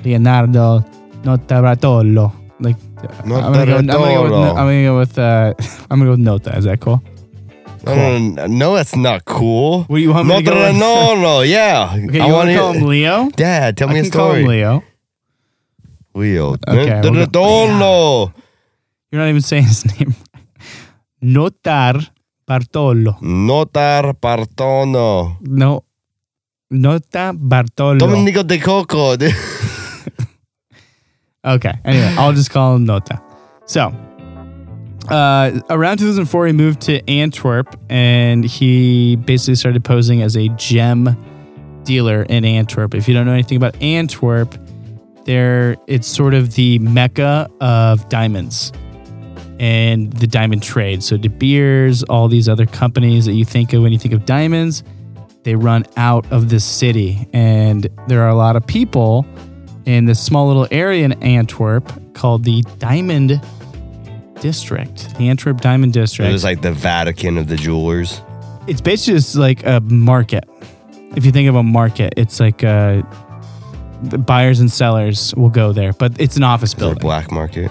Leonardo Notabertolo. Like I'm gonna go, I'm gonna go with I'm gonna go with uh, I'm gonna go with Nota. Is that cool?
No, no, no, no, that's not cool.
What do you want me
no,
to go
no,
with?
no, no, yeah.
Okay,
I
you
want
wanna call him Leo?
Dad, tell
I
me a
can call him
story.
Leo.
Leo.
Okay,
No,
we'll
no,
go-
no,
You're not even saying his name. Notar Bartolo.
no. Notar Partono.
No. Nota Bartolo.
Domenico De Coco. dude.
Okay. Anyway, I'll just call him Nota. So, uh, around 2004, he moved to Antwerp and he basically started posing as a gem dealer in Antwerp. If you don't know anything about Antwerp, there it's sort of the mecca of diamonds and the diamond trade. So De Beers, all these other companies that you think of when you think of diamonds, they run out of this city, and there are a lot of people in this small little area in Antwerp called the Diamond District, the Antwerp Diamond District.
It was like the Vatican of the jewelers.
It's basically just like a market. If you think of a market, it's like uh, the buyers and sellers will go there, but it's an office
Or
building,
black market.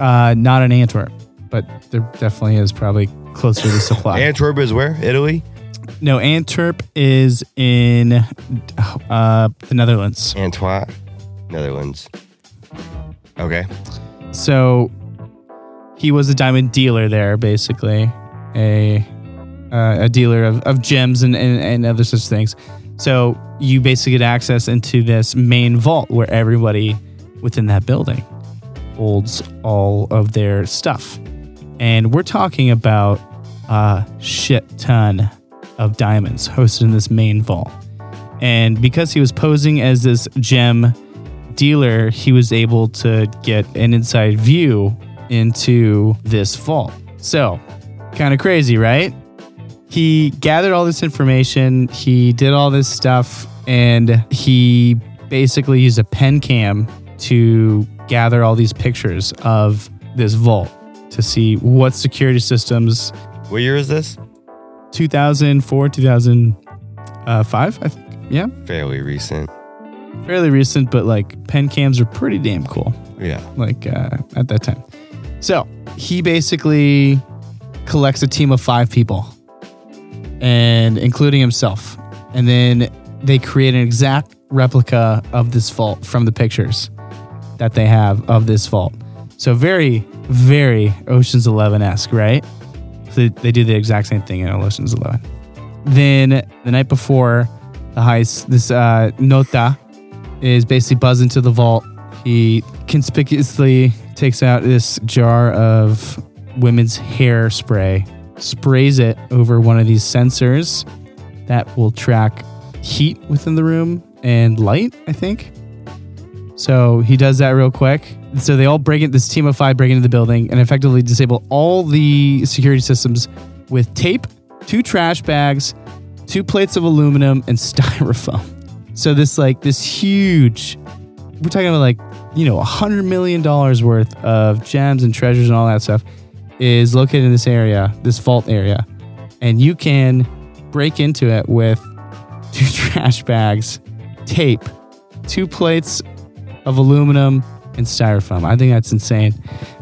uh, not in Antwerp, but there definitely is probably closer to the supply.
Antwerp is where? Italy?
no, Antwerp is in uh, the Netherlands.
Antwerp. Netherlands. Okay.
So he was a diamond dealer there, basically a uh, a dealer of, of gems and, and, and other such things. So you basically get access into this main vault where everybody within that building holds all of their stuff, and we're talking about a shit ton of diamonds hosted in this main vault. And because he was posing as this gem dealer, he was able to get an inside view into this vault. So, kind of crazy, right? He gathered all this information, he did all this stuff, and he basically used a pen cam to gather all these pictures of this vault to see what security systems
What year is this?
2004, 2005, I think. Yeah,
Fairly recent.
fairly recent, but like pen cams are pretty damn cool.
Yeah.
like uh, at that time. So he basically collects a team of five people, and including himself, and then they create an exact replica of this vault from the pictures that they have of this vault. So very, very Ocean's Eleven esque, right? So they, they do the exact same thing in Ocean's Eleven. Then the night before the heist, this uh, Nota is basically buzzed into the vault. He conspicuously takes out this jar of women's hair spray, sprays it over one of these sensors that will track heat within the room and light, I think. So he does that real quick. So they all break it, this team of five break into the building and effectively disable all the security systems with tape, two trash bags, two plates of aluminum, and styrofoam. So this like this huge, we're talking about like you know a hundred million dollars worth of gems and treasures and all that stuff is located in this area, this vault area, and you can break into it with two trash bags, tape, two plates of aluminum and styrofoam. I think that's insane.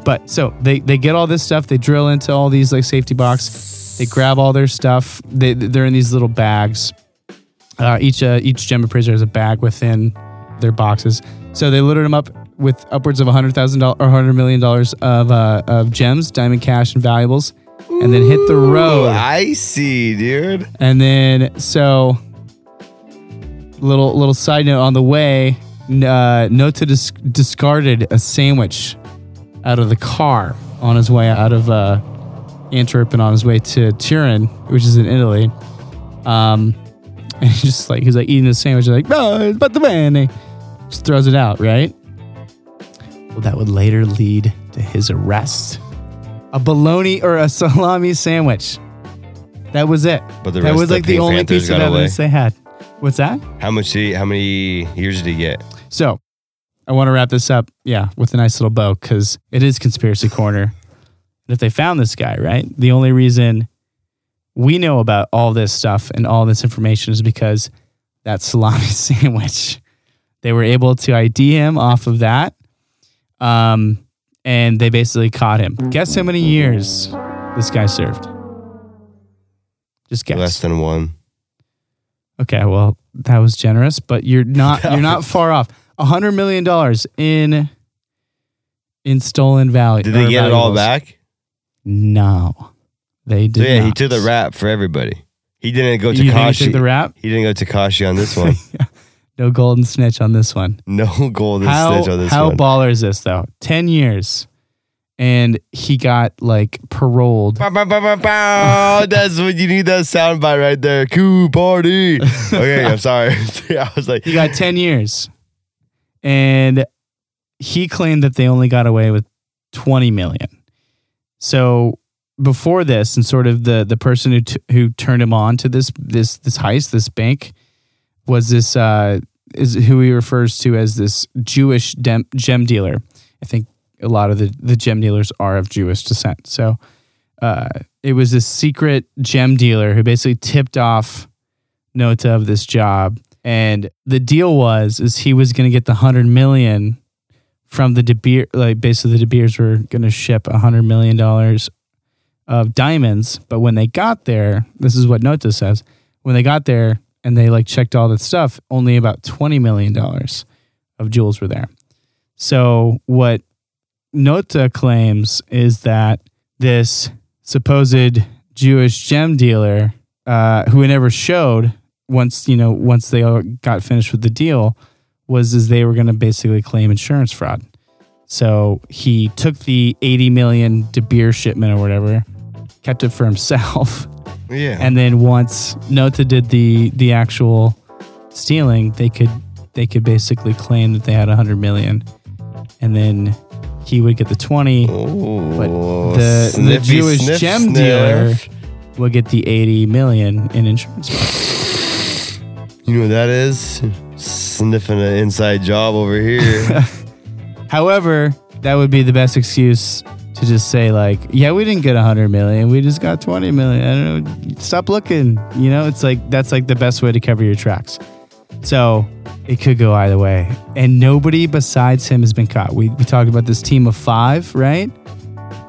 But so they they get all this stuff, they drill into all these like safety box, they grab all their stuff. They they're in these little bags. Uh, each uh, each gem appraiser has a bag within their boxes. So they loaded them up with upwards of hundred thousand dollars or hundred million dollars of uh, of gems, diamond cash, and valuables, and then hit the
Oh,
road.
I see, dude.
And then so little little side note on the way, n- uh, Nota dis- discarded a sandwich out of the car on his way out of uh, Antwerp and on his way to Turin, which is in Italy. Um, And he's just like he's like eating his sandwich, like no, it's but the man. And he just throws it out, right? Well, that would later lead to his arrest. A bologna or a salami sandwich. That was it.
But the
that
rest
was
of the
like the
Pink
only
Panthers
piece of
got away.
evidence they had. What's that?
How much? Did he, how many years did he get?
So I want to wrap this up, yeah, with a nice little bow because it is conspiracy corner. And if they found this guy, right, the only reason we know about all this stuff and all this information is because that salami sandwich. They were able to ID him off of that. Um, and they basically caught him. Guess how many years this guy served? Just guess.
Less than one.
Okay, well, that was generous, but you're not you're not far off. A hundred million dollars in in stolen value.
Did they
or
get it all
valuables.
back?
No, they
So
did.
yeah, he
not.
took the rap for everybody. He didn't go
You think he
Takashi.
took the rap?
he didn't go Takashi on this one.
No golden snitch on this one.
no golden
how
snitch on this
how
one.
baller is this though? Ten years, and he got like paroled.
Bow, bow, bow, bow, bow. That's what you need that soundbite right there. Cool party. Okay, I'm sorry. I was like,
He got ten years, and he claimed that they only got away with twenty million. So before this, and sort of the the person who t- who turned him on to this this this heist, this bank, was this uh, is who he refers to as this Jewish dem- gem dealer. I think a lot of the the gem dealers are of Jewish descent. So uh, it was this secret gem dealer who basically tipped off Nota of this job, and the deal was is he was going to get the hundred million from the De Beers, like basically the De Beers were going to ship $100 million of diamonds. But when they got there, this is what Nota says when they got there and they like checked all that stuff, only about $20 million of jewels were there. So what Nota claims is that this supposed Jewish gem dealer, uh, who it never showed once, you know, once they all got finished with the deal, was is they were going to basically claim insurance fraud. So he took the 80 million De Beer shipment or whatever, kept it for himself,
yeah.
and then once Nota did the the actual stealing, they could they could basically claim that they had 100 million, and then he would get the 20.
Ooh,
But the, the
sniffy
Jewish
sniff
gem
sniff.
dealer will get the 80 million in insurance.
You know what that is? Sniffing an inside job over here.
However, that would be the best excuse to just say like, yeah, we didn't get 100 million. We just got 20 million. I don't know. Stop looking. You know, it's like that's like the best way to cover your tracks. So it could go either way. And nobody besides him has been caught. We, we talked about this team of five, right?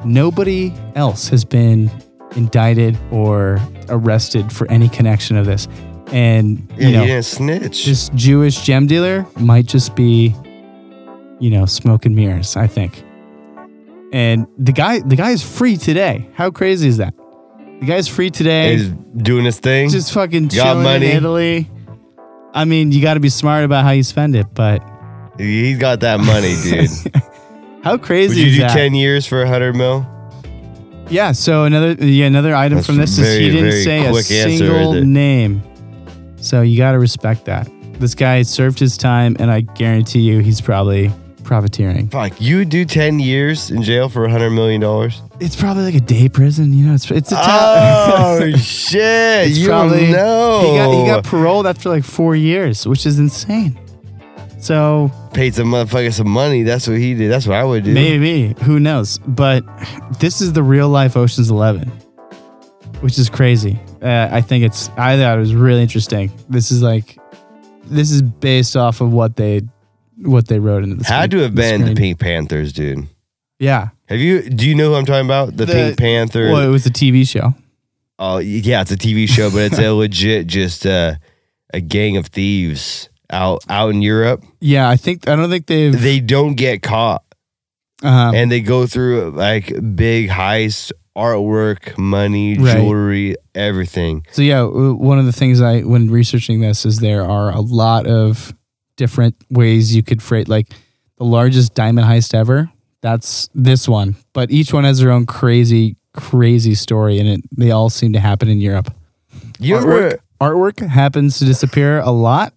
Nobody else has been indicted or arrested for any connection of this. And
yeah,
you know,
he didn't snitch.
this Jewish gem dealer might just be, you know, smoke and mirrors. I think. And the guy, the guy is free today. How crazy is that? The guy's free today.
He's doing his thing.
just fucking
got
chilling
money.
in Italy. I mean, you got to be smart about how you spend it, but
He's got that money, dude.
how
Would
crazy
you
is
do
that?
10 years for 100 mil?
Yeah. So another yeah another item
That's
from this is
very,
he didn't
very
say a
quick answer right
single
there.
name. So you got to respect that. This guy served his time, and I guarantee you, he's probably profiteering.
Fuck, you would do 10 years in jail for $100 million?
It's probably like a day prison. You know, it's it's a town.
Oh, shit.
It's
you don't know.
He got he got paroled after like four years, which is insane. So
paid some motherfucker some money. That's what he did. That's what I would do.
maybe who knows? But this is the real life Ocean's Eleven, which is crazy. Uh, I think it's I thought it was really interesting. This is like this is based off of what they what they wrote into the
Had to
screen-
have been the
screen.
Pink Panthers, dude.
Yeah,
Have you? Do you know who I'm talking about? The,
The-
Pink Panther.
well, it was a TV show.
Oh yeah, it's a TV show, but it's a legit just uh, a gang of thieves out out in Europe.
Yeah, I think I don't think they've
They don't get caught,
uh,
and they go through like big heists, artwork, money,
Right.
jewelry, everything.
So yeah, w- one of the things I when researching this is there are a lot of different ways you could freight like the largest diamond heist ever. That's this one, but each one has their own crazy, crazy story, and it they all seem to happen in Europe.
You ever
artwork happens to disappear a lot,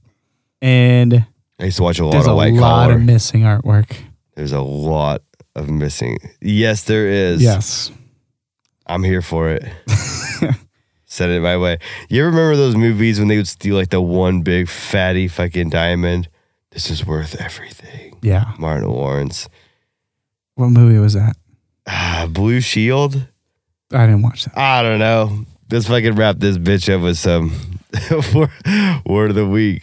and
I used to watch a lot
there's
of
a
white
lot
collar.
of missing artwork.
There's a lot of missing. Yes, there is.
Yes.
I'm here for it. Said it my way. You ever remember those movies when they would steal like the one big fatty fucking diamond? This is worth everything.
Yeah.
Martin Lawrence.
What movie was that?
Ah, Blue Shield?
I didn't watch that.
I don't know. Let's fucking wrap this bitch up with some wor- word of the week.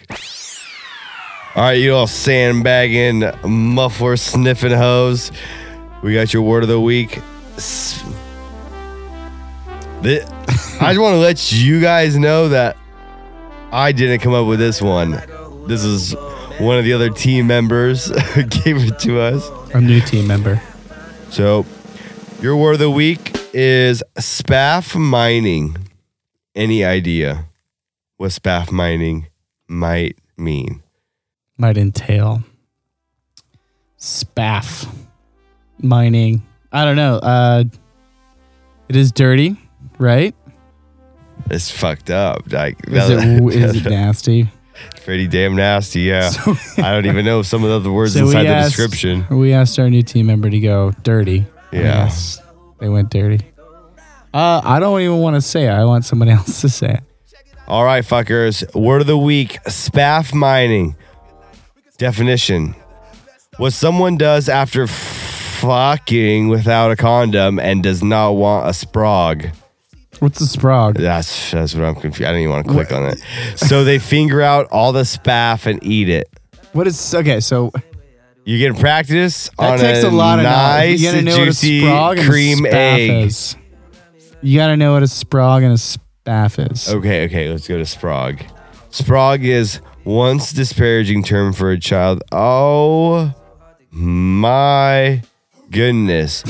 All right, you all sandbagging, muffler sniffing hoes. We got your word of the week. S- Thi- I just want to let you guys know that I didn't come up with this one. This is one of the other team members gave it to us.
A new team member.
So, your word of the week is spaff mining. Any idea what spaff mining might mean?
might entail spaff mining i don't know uh it is dirty right
It's fucked up. Like
is it is it nasty
pretty damn nasty. Yeah,
So-
I don't even know some of the other words
So we
inside the
asked-
description.
we asked our new team member to go dirty
Yeah.
yes they went dirty uh i don't even want to say it. i want someone else to say it
All right, fuckers. Word of the week spaff mining. Definition What someone does after fucking without a condom and does not want a sprog.
what's a sprog
That's that's what I'm confused. I didn't even want to click on it. So they finger out all the spaff and eat it.
what is okay so
You can practice
that
on
takes a, lot of
nice,
knowledge. you gotta know
juicy
what a sprog
cream
and a spaff
egg.
is you gotta know what a sprog and a spaff is
Okay, okay, let's go to sprog. Sprog is once disparaging term for a child. Oh my goodness.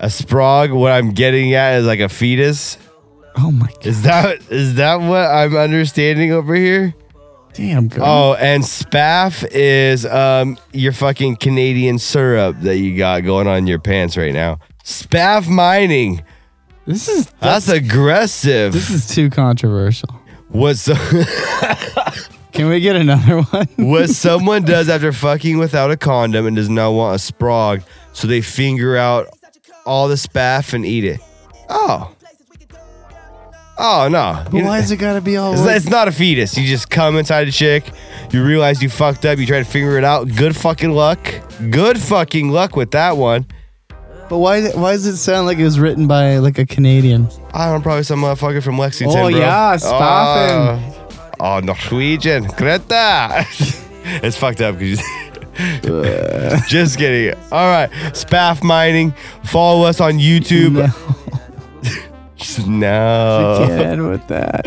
A sprog, what I'm getting at is like a fetus.
oh my god
Is that is that what I'm understanding over here?
damn girl.
Oh, and spaff is um your fucking Canadian syrup that you got going on in your pants right now. Spaff mining.
This is
That's aggressive.
this is too controversial.
what so-
Can we get another one?
what someone does after fucking without a condom and does not want a sprog, so they finger out all the spaff and eat it. Oh. Oh no. You-
it gotta be all?
It's, it's not a fetus. You just come inside a chick. You realize you fucked up. You try to figure it out. Good fucking luck. Good fucking luck with that one.
but why? is it- Why does it sound like it was written by like a Canadian?
I don't know, probably some motherfucker from Lexington.
Oh,
bro.
yeah, spaffen.
Oh, oh, Norwegian. Greta. it's fucked up because Just kidding. All right. Spaff mining. Follow us on YouTube.
No,
No.
can't with that.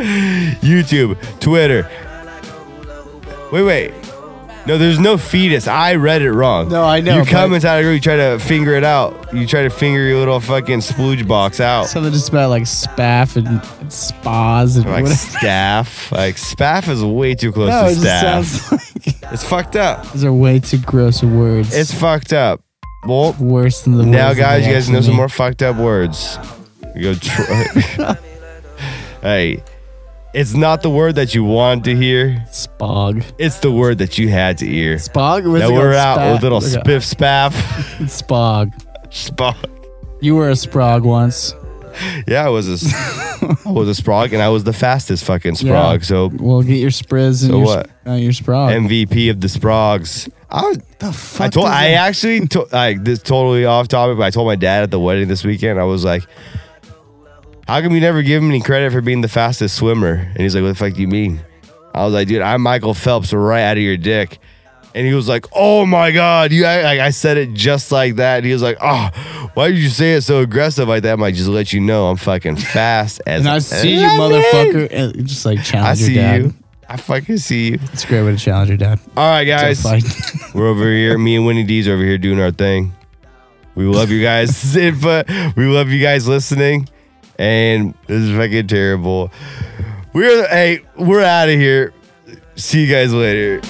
YouTube, Twitter. Wait, wait. No, there's no fetus. I read it wrong.
No, I know,
You come
but-
inside a group, you try to finger it out. You try to finger your little fucking splooge box out.
Something just about like spaff and, and spas and
Like
whatever.
staff. Like spaff is way too close
No,
to
it just
staff.
sounds like
it's fucked up.
those are way too gross words.
It's fucked up. Well,
worse than the
now
words that
guys,
they
you guys know
actually
some
mean.
more fucked up words. You go try. hey. It's not the word that you wanted to hear.
Spog.
It's the word that you had to hear.
Spog. Where's
Now
it
we're
going?
out
Spa-
with little
Look
spiff spaff.
at- Spog.
Spog.
You were a sprog once.
Yeah, I was a, s- I was a sprog, and I was the fastest fucking sprog.
Yeah.
So
Well, get your spriz and
So
your,
what?
Uh, your sprog.
MVP of the sprogs. I was,
the
I
fuck
told
does
I
that-
actually to, like this totally off topic, but I told my dad at the wedding this weekend. I was like, "How come you never give him any credit for being the fastest swimmer?" And he's like, "What the fuck do you mean?" I was like, "Dude, I'm Michael Phelps right out of your dick." And he was like, "Oh my god, you!" I, like, I said it just like that. And he was like, "Oh, why did you say it so aggressive like that?" I'm like, "Just to let you know, I'm fucking fast as."
And I see you,
Let me-
motherfucker. And just like challenge
I see
your dad.
you. I fucking see you.
It's a great way to challenge your dad.
All right, guys.
It's like,
We're over here. Me and Winnie D's over here doing our thing. We love you guys' input. We love you guys listening. And this is fucking terrible. We're hey, we're out of here. See you guys later.